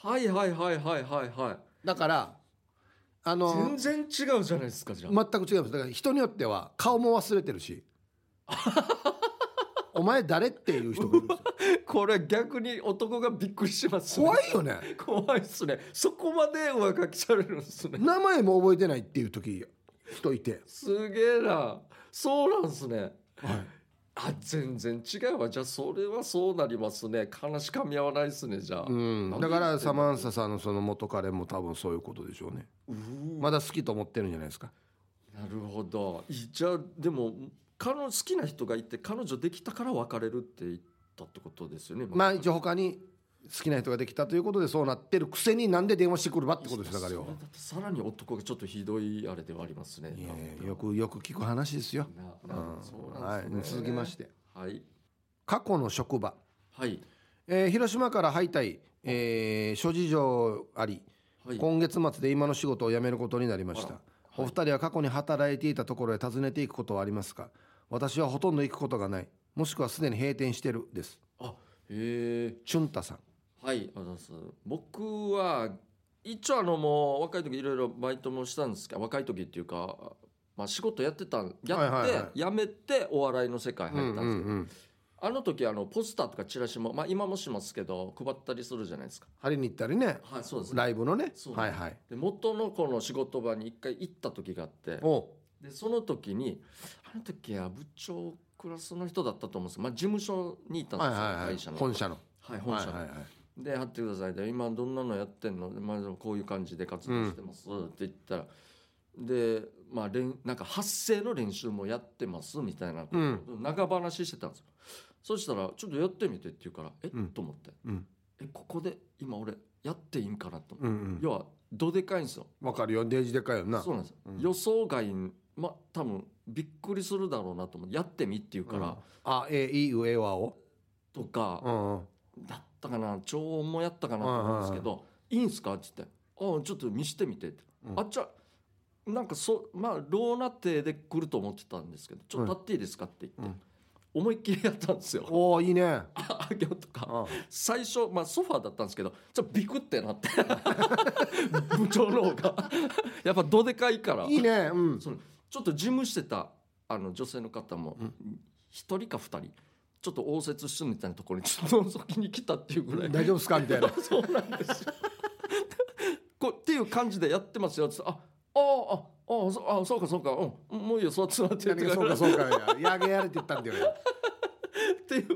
[SPEAKER 1] はいはいはいはいはいはい
[SPEAKER 2] だからあの
[SPEAKER 1] 全然違うじゃないですかじゃあ、
[SPEAKER 2] 全く違いますだから人によっては顔も忘れてる しお前誰っていう人がいるんですよ
[SPEAKER 1] これ逆に男がびっくりします、ね、
[SPEAKER 2] 怖いよね
[SPEAKER 1] 怖いですねそこまで上書きされるんですね
[SPEAKER 2] 名前も覚えてないっていう時人いて、
[SPEAKER 1] すげえなそうなんですねあ全然違うわじゃあそれはそうなりますね話かみ合わないですねじゃあ、
[SPEAKER 2] うん、だからサマンサさんのその元彼も多分そういうことでしょうね
[SPEAKER 1] うー
[SPEAKER 2] まだ好きと思ってるんじゃないですか
[SPEAKER 1] なるほどいじゃあでも彼女好きな人がいて彼女できたから別れるって言ったってことですよね、
[SPEAKER 2] まあ一応他に好きな人ができたということでそうなってるくせになんで電話してくるばってことですだからよ
[SPEAKER 1] それだってさらに男がちょっとひどいあれではありますね
[SPEAKER 2] いやいやよくよく聞く話ですよ、
[SPEAKER 1] な
[SPEAKER 2] う
[SPEAKER 1] なそ
[SPEAKER 2] ん
[SPEAKER 1] う
[SPEAKER 2] は
[SPEAKER 1] ないん、ですね
[SPEAKER 2] 続きまして
[SPEAKER 1] はい
[SPEAKER 2] 過去の職場
[SPEAKER 1] はい
[SPEAKER 2] えー広島から敗退、えー諸事情あり
[SPEAKER 1] はい
[SPEAKER 2] 今月末で今の仕事を辞めることになりました、
[SPEAKER 1] あ
[SPEAKER 2] お二人は過去に働いていたところへ訪ねていくことはありますか私はほとんど行くことがないもしくはすでに閉店してるです
[SPEAKER 1] あへえ
[SPEAKER 2] チュンタさん
[SPEAKER 1] はいありがとうございます僕は一応あのもう若い時いろいろバイトもしたんですけど若い時っていうかまあ仕事やってたんやって、
[SPEAKER 2] はいはいはい
[SPEAKER 1] やめてお笑いの世界入ったんですけど、
[SPEAKER 2] うんうんうん
[SPEAKER 1] あの時あのポスターとかチラシも、まあ、今もしますけど配ったりするじゃないですか。
[SPEAKER 2] 張りに行ったりね
[SPEAKER 1] はい、そうですね
[SPEAKER 2] ライブのね
[SPEAKER 1] そう
[SPEAKER 2] はいはい
[SPEAKER 1] で元のこの仕事場に一回行った時があって
[SPEAKER 2] お
[SPEAKER 1] でその時にあの時は部長クラスの人だったと思うんですまあ、事務所にいたんです
[SPEAKER 2] はい
[SPEAKER 1] よ、
[SPEAKER 2] はいはい
[SPEAKER 1] 会社の。
[SPEAKER 2] 本社の
[SPEAKER 1] はい、本社の、
[SPEAKER 2] はいはいはい
[SPEAKER 1] で「やってください」で「今どんなのやってんの?」でまあ、こういう感じで活動してます」って言ったらで、まあ、練なんか発声の練習もやってますみたいなこと
[SPEAKER 2] うん
[SPEAKER 1] 長話してたんですよそしたら「ちょっとやってみて」って言うから「えっ?
[SPEAKER 2] うん」
[SPEAKER 1] と思って
[SPEAKER 2] うん
[SPEAKER 1] 「えここで今俺やっていいんかな?」と思って
[SPEAKER 2] うんうん
[SPEAKER 1] 要はどでかいんですよ
[SPEAKER 2] わかるよデージでかいよな
[SPEAKER 1] そうなんですよ、
[SPEAKER 2] うん
[SPEAKER 1] 予想外にまあ多分びっくりするだろうなと思って「やってみ」って言うから、
[SPEAKER 2] うんあえいいうえわを
[SPEAKER 1] とか、
[SPEAKER 2] うんうん
[SPEAKER 1] だったかな超音もやったかなと思うんですけど「いいんすか?」って言って「ああちょっと見してみて」って、
[SPEAKER 2] うん
[SPEAKER 1] あっちゃなんかそまあローナ亭で来ると思ってたんですけど「ちょっと立っていいですか?」って言って、思いっきりやったんですよ。
[SPEAKER 2] おおいいねうん
[SPEAKER 1] あげようとか最初、まあ、ソファーだったんですけどちょっとビクってなって 部長の方がやっぱどでかいから
[SPEAKER 2] いいねうん
[SPEAKER 1] そのちょっと事務してたあの女性の方も
[SPEAKER 2] うん
[SPEAKER 1] 一人か二人ちょっと応接室みたいなところにちょっと覗きに来たっていうぐらい
[SPEAKER 2] 大丈夫ですか みたいな
[SPEAKER 1] そうなんですよ。こうっていう感じでやってますよって言ったらあああああそあそうかそうかうんもういいよそう座って」
[SPEAKER 2] 何がそうかそうかいややげやれって言った んだよね
[SPEAKER 1] ってい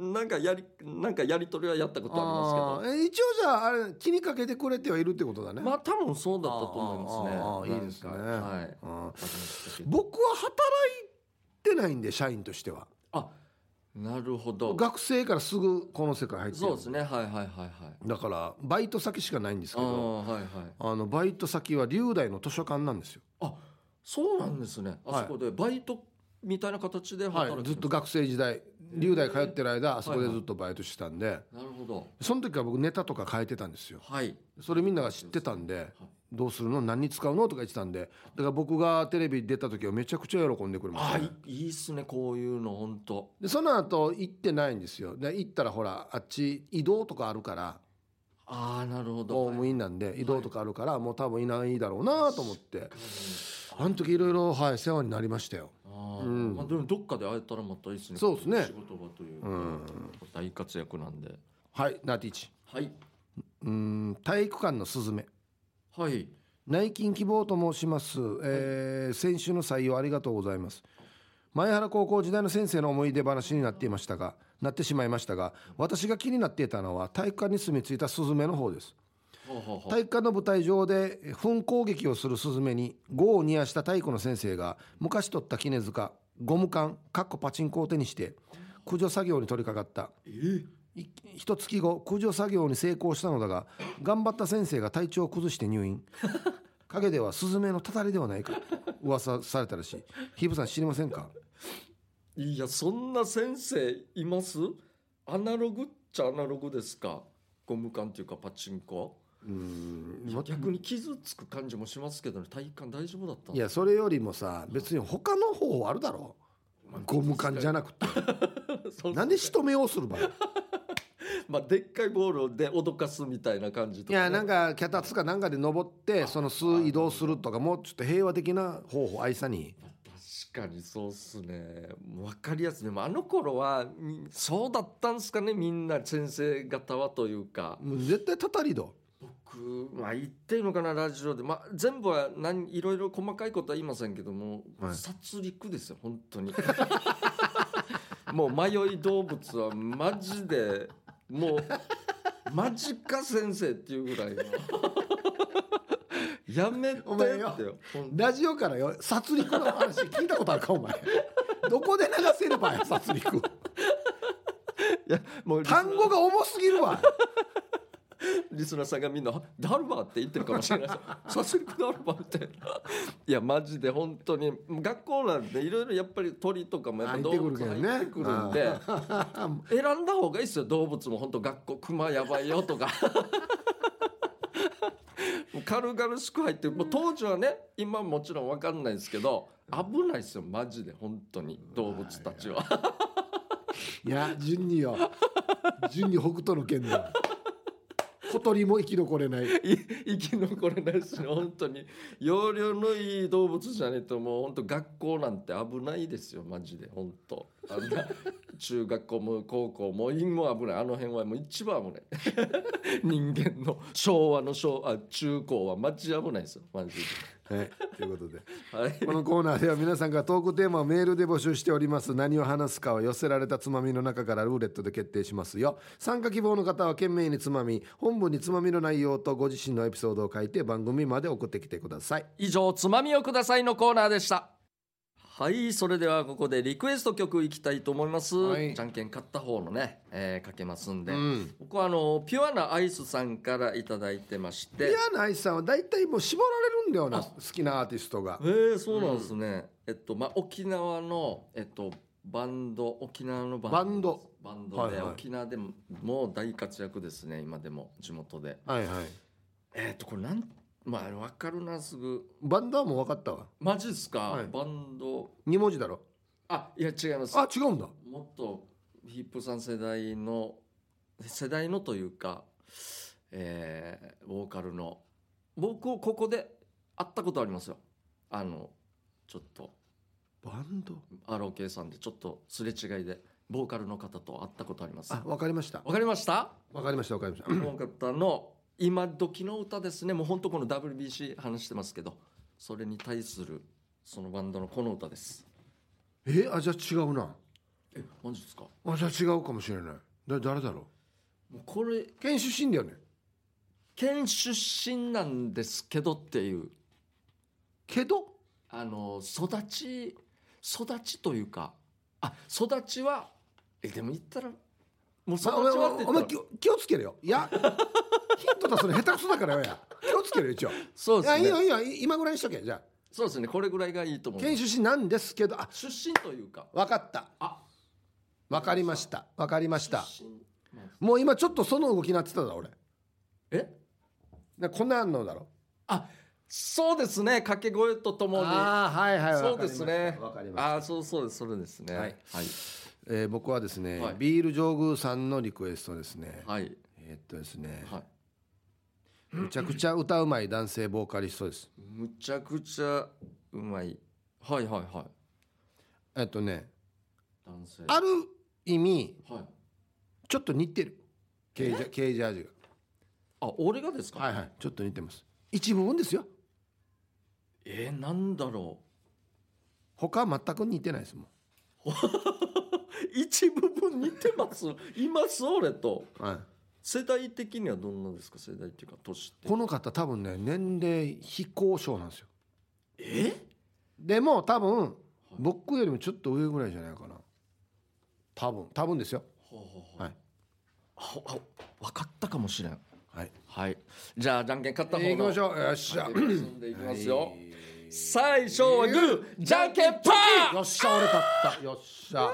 [SPEAKER 1] うなんかやりなんかやり取りはやったことありますけど。
[SPEAKER 2] あーえ一応じゃああれ気にかけてくれてはいるってことだね、
[SPEAKER 1] まあ多分そうだったと思いますね。
[SPEAKER 2] あーあーいいですね
[SPEAKER 1] なんかはい。
[SPEAKER 2] うん
[SPEAKER 1] ありましたけど
[SPEAKER 2] 僕は働いてないんで社員としては
[SPEAKER 1] あ、なるほど。
[SPEAKER 2] 学生からすぐこの世界入ってる
[SPEAKER 1] そうですね。はいはいはいはい。
[SPEAKER 2] だからバイト先しかないんです
[SPEAKER 1] あ
[SPEAKER 2] けど
[SPEAKER 1] あはいはい。
[SPEAKER 2] あのバイト先は龍大の図書館なんですよ、
[SPEAKER 1] あ、そうなんですね。あ
[SPEAKER 2] はい
[SPEAKER 1] そこでバイトみたいな形で働いて
[SPEAKER 2] はい、
[SPEAKER 1] る
[SPEAKER 2] ずっと。学生時代龍大通ってる間あそこで
[SPEAKER 1] はいは
[SPEAKER 2] ず
[SPEAKER 1] い
[SPEAKER 2] っとバイトしてたんで
[SPEAKER 1] なるほど。
[SPEAKER 2] その時から僕ネタとか変えてたんですよ
[SPEAKER 1] はい。
[SPEAKER 2] それみんなが知ってたんでどうするの何に使うのとか言ってたんでだから僕がテレビ出た時はめちゃくちゃ喜んでくれました
[SPEAKER 1] あ
[SPEAKER 2] ね、
[SPEAKER 1] いいいっすねこういうの本当。
[SPEAKER 2] でその後行ってないんですよで行ったらほらあっち移動とかあるから
[SPEAKER 1] ああなるほど。
[SPEAKER 2] 公務員なんで移動とかあるからもう多分いないだろうなと思ってあの時いろいろはい世話になりましたよ
[SPEAKER 1] あー
[SPEAKER 2] うん
[SPEAKER 1] まあでもどっかで会えたらまたいいですね。
[SPEAKER 2] そうですね
[SPEAKER 1] 仕事場というか
[SPEAKER 2] うん
[SPEAKER 1] 大活躍なんで。
[SPEAKER 2] はいナーティーチ
[SPEAKER 1] はい
[SPEAKER 2] うん体育館のスズメ
[SPEAKER 1] はい。
[SPEAKER 2] 内勤希望と申します、えー先週の採用ありがとうございます前原高校時代の先生の思い出話になっていましたがなってしまいましたが私が気になっていたのは体育館に住み着いたスズメの方です
[SPEAKER 1] はあはあはあ
[SPEAKER 2] 体育館の舞台上で噴攻撃をするスズメに業を煮やした太鼓の先生が昔取った杵塚ゴム缶かっこパチンコを手にして駆除作業に取り掛かった
[SPEAKER 1] えー
[SPEAKER 2] い一月後駆除作業に成功したのだが頑張った先生が体調を崩して入 院陰ではスズメのたたりではないかと噂されたらしいヒープさん知りませんか
[SPEAKER 1] いやそんな先生いますアナログっちゃアナログですかゴム缶というかパチンコ
[SPEAKER 2] うん
[SPEAKER 1] いや逆に傷つく感じもしますけどね体育館大丈夫だった
[SPEAKER 2] いやそれよりもさ別に他の方法あるだろゴム缶じゃなくて
[SPEAKER 1] そう
[SPEAKER 2] なんで仕留めようする場合
[SPEAKER 1] まあ、でっかいボールで脅かすみたいな感じと
[SPEAKER 2] い
[SPEAKER 1] かね、
[SPEAKER 2] やなんか脚立かなんかで登ってその数移動するとかもうちょっと平和的な方法愛さに
[SPEAKER 1] 確かにそうっすね分かりやすいでもあの頃はみそうだったんですかねみんな先生方はというか
[SPEAKER 2] もう絶対たたりど
[SPEAKER 1] 僕まあ言ってるのかなラジオで、まあ、全部は何いろいろ細かいことは言いませんけども、
[SPEAKER 2] はい
[SPEAKER 1] 殺戮ですよ本当に もう迷い動物はマジでもうマジか先生っていうぐらいのやめてって
[SPEAKER 2] お前よ
[SPEAKER 1] ほん
[SPEAKER 2] ラジオからよ殺戮の話聞いたことあるかお前どこで流せる場合殺戮
[SPEAKER 1] いやもうリスナー
[SPEAKER 2] 単語が重すぎるわ
[SPEAKER 1] リスナーさんがみんな「ダルバ」って言ってるかも しれないですよ「殺戮ダルバ」みたいないやマジで本当に学校なんでいろいろやっぱり鳥とかもやっぱ
[SPEAKER 2] 入って
[SPEAKER 1] 動物
[SPEAKER 2] くるけど
[SPEAKER 1] 入
[SPEAKER 2] ね
[SPEAKER 1] ってくるんで選んだ方がいいですよ動物も本当学校熊やばいよと かもう軽々しく入ってもう当時はね今もちろん分かんないですけど危ないですよマジで本当に動物たちは。
[SPEAKER 2] いや順によ順に北斗の剣だ小鳥も生き残れない
[SPEAKER 1] い生き残れないし、ね、本当に容量のいい動物じゃねえともう本当学校なんて危ないですよマジで本当あんな中学校も高校も院も危ないあの辺はもう一番危ない人間の昭和の昭あ中高はマジ危ないですよマジ
[SPEAKER 2] はいということで
[SPEAKER 1] ではい
[SPEAKER 2] このコーナーでは皆さんがトークテーマをメールで募集しております何を話すかは寄せられたつまみの中からルーレットで決定しますよ参加希望の方は懸命につまみ本文につまみの内容とご自身のエピソードを書いて番組まで送ってきてください
[SPEAKER 1] 以上「つまみをください」のコーナーでしたはいそれではここでリクエスト曲いきたいと思います、
[SPEAKER 2] はい
[SPEAKER 1] じゃんけん勝った方のね、えーかけますんで、
[SPEAKER 2] うん
[SPEAKER 1] 僕はあのピュアなアイスさんからいただいてまし
[SPEAKER 2] ピ
[SPEAKER 1] て
[SPEAKER 2] アナイスさんは大体もう絞られるんだよな好きなアーティストが
[SPEAKER 1] えー、そうなんですね、えっとまあ沖縄のえっとバンド沖縄のバンドバンドで、
[SPEAKER 2] はいはい
[SPEAKER 1] 沖縄でももう大活躍ですね今でも地元で
[SPEAKER 2] はいはい
[SPEAKER 1] えっとこれなんまあわかるなすぐ
[SPEAKER 2] バンドはもう分かったわ
[SPEAKER 1] マジっすか、
[SPEAKER 2] はい
[SPEAKER 1] バンド
[SPEAKER 2] 2文字だろ
[SPEAKER 1] あいや違います
[SPEAKER 2] あ違うんだ
[SPEAKER 1] もっとヒップさん世代の世代のというか、えーボーカルの僕をここで会ったことありますよあのちょっと
[SPEAKER 2] バンド
[SPEAKER 1] ROK さんでちょっとすれ違いでボーカルの方と会ったことあります
[SPEAKER 2] あ
[SPEAKER 1] わ
[SPEAKER 2] わかりました
[SPEAKER 1] かりました
[SPEAKER 2] わかりましたわかりました
[SPEAKER 1] この方の今時の歌ですねもう本当この WBC 話してますけどそれに対するそのバンドのこの歌です
[SPEAKER 2] えあじゃあ違うな
[SPEAKER 1] えマジですかも
[SPEAKER 2] あじゃあ違うかもしれないだ誰だろ
[SPEAKER 1] うこれ
[SPEAKER 2] う県出身だよね
[SPEAKER 1] 県出身なんですけどっていう
[SPEAKER 2] けど
[SPEAKER 1] あの育ち育ちというかあ育ちはえでも言ったらもう育ち
[SPEAKER 2] まあお前
[SPEAKER 1] はって
[SPEAKER 2] お
[SPEAKER 1] 言っ
[SPEAKER 2] 前
[SPEAKER 1] た
[SPEAKER 2] 気
[SPEAKER 1] ら
[SPEAKER 2] を気をつけるよいや ヒントだそれ下手くそだからよや気をつけるよ一応
[SPEAKER 1] そう
[SPEAKER 2] い
[SPEAKER 1] です
[SPEAKER 2] やいいよ
[SPEAKER 1] ね
[SPEAKER 2] いいよい今ぐらいにしとけじゃあ
[SPEAKER 1] そうですねこれぐらいがいいと思う
[SPEAKER 2] 県出身なんですけどあ
[SPEAKER 1] 出身というか
[SPEAKER 2] わかった
[SPEAKER 1] あ
[SPEAKER 2] わかりましたわかりました
[SPEAKER 1] 出身まあ
[SPEAKER 2] もう今ちょっとその動きになってただ俺
[SPEAKER 1] え
[SPEAKER 2] なこんなんのだろ
[SPEAKER 1] あそうですね掛け声とともに
[SPEAKER 2] ああはいはい
[SPEAKER 1] そうですね
[SPEAKER 2] わかりました
[SPEAKER 1] あーそうそうですそれですね
[SPEAKER 2] はい
[SPEAKER 1] はい、
[SPEAKER 2] えー僕はですね、
[SPEAKER 1] はい
[SPEAKER 2] ビール上宮さんのリクエストですね、
[SPEAKER 1] はい
[SPEAKER 2] えーっとですね、
[SPEAKER 1] はい
[SPEAKER 2] むちゃくちゃ歌うまい男性ボーカリストです
[SPEAKER 1] むちゃくちゃうまいはいはいはい
[SPEAKER 2] えっとね
[SPEAKER 1] 男性
[SPEAKER 2] ある意味
[SPEAKER 1] はい
[SPEAKER 2] ちょっと似てるケージャケージャージ
[SPEAKER 1] あ俺がですか
[SPEAKER 2] がはいはいちょっと似てます一部分ですよ
[SPEAKER 1] えー、なんだろ
[SPEAKER 2] 他は全く似てないですもん
[SPEAKER 1] う一部分似て ます今それと
[SPEAKER 2] はい、
[SPEAKER 1] 世代的にはどんなですか世代っていうか年って
[SPEAKER 2] この方多分ね年齢非公表なんですよ
[SPEAKER 1] え
[SPEAKER 2] でも多分僕よりもちょっと上ぐらいじゃないかな多分多分ですよ
[SPEAKER 1] ほうほう
[SPEAKER 2] はい、
[SPEAKER 1] ほうあ分かったかもしれん
[SPEAKER 2] はい、
[SPEAKER 1] はいじゃあじゃんけん勝った方の
[SPEAKER 2] 行きましょうよっしゃ、
[SPEAKER 1] はい進んでいきますよ、最初はグーじゃんけんパー
[SPEAKER 2] よっしゃ俺立ったよっしゃ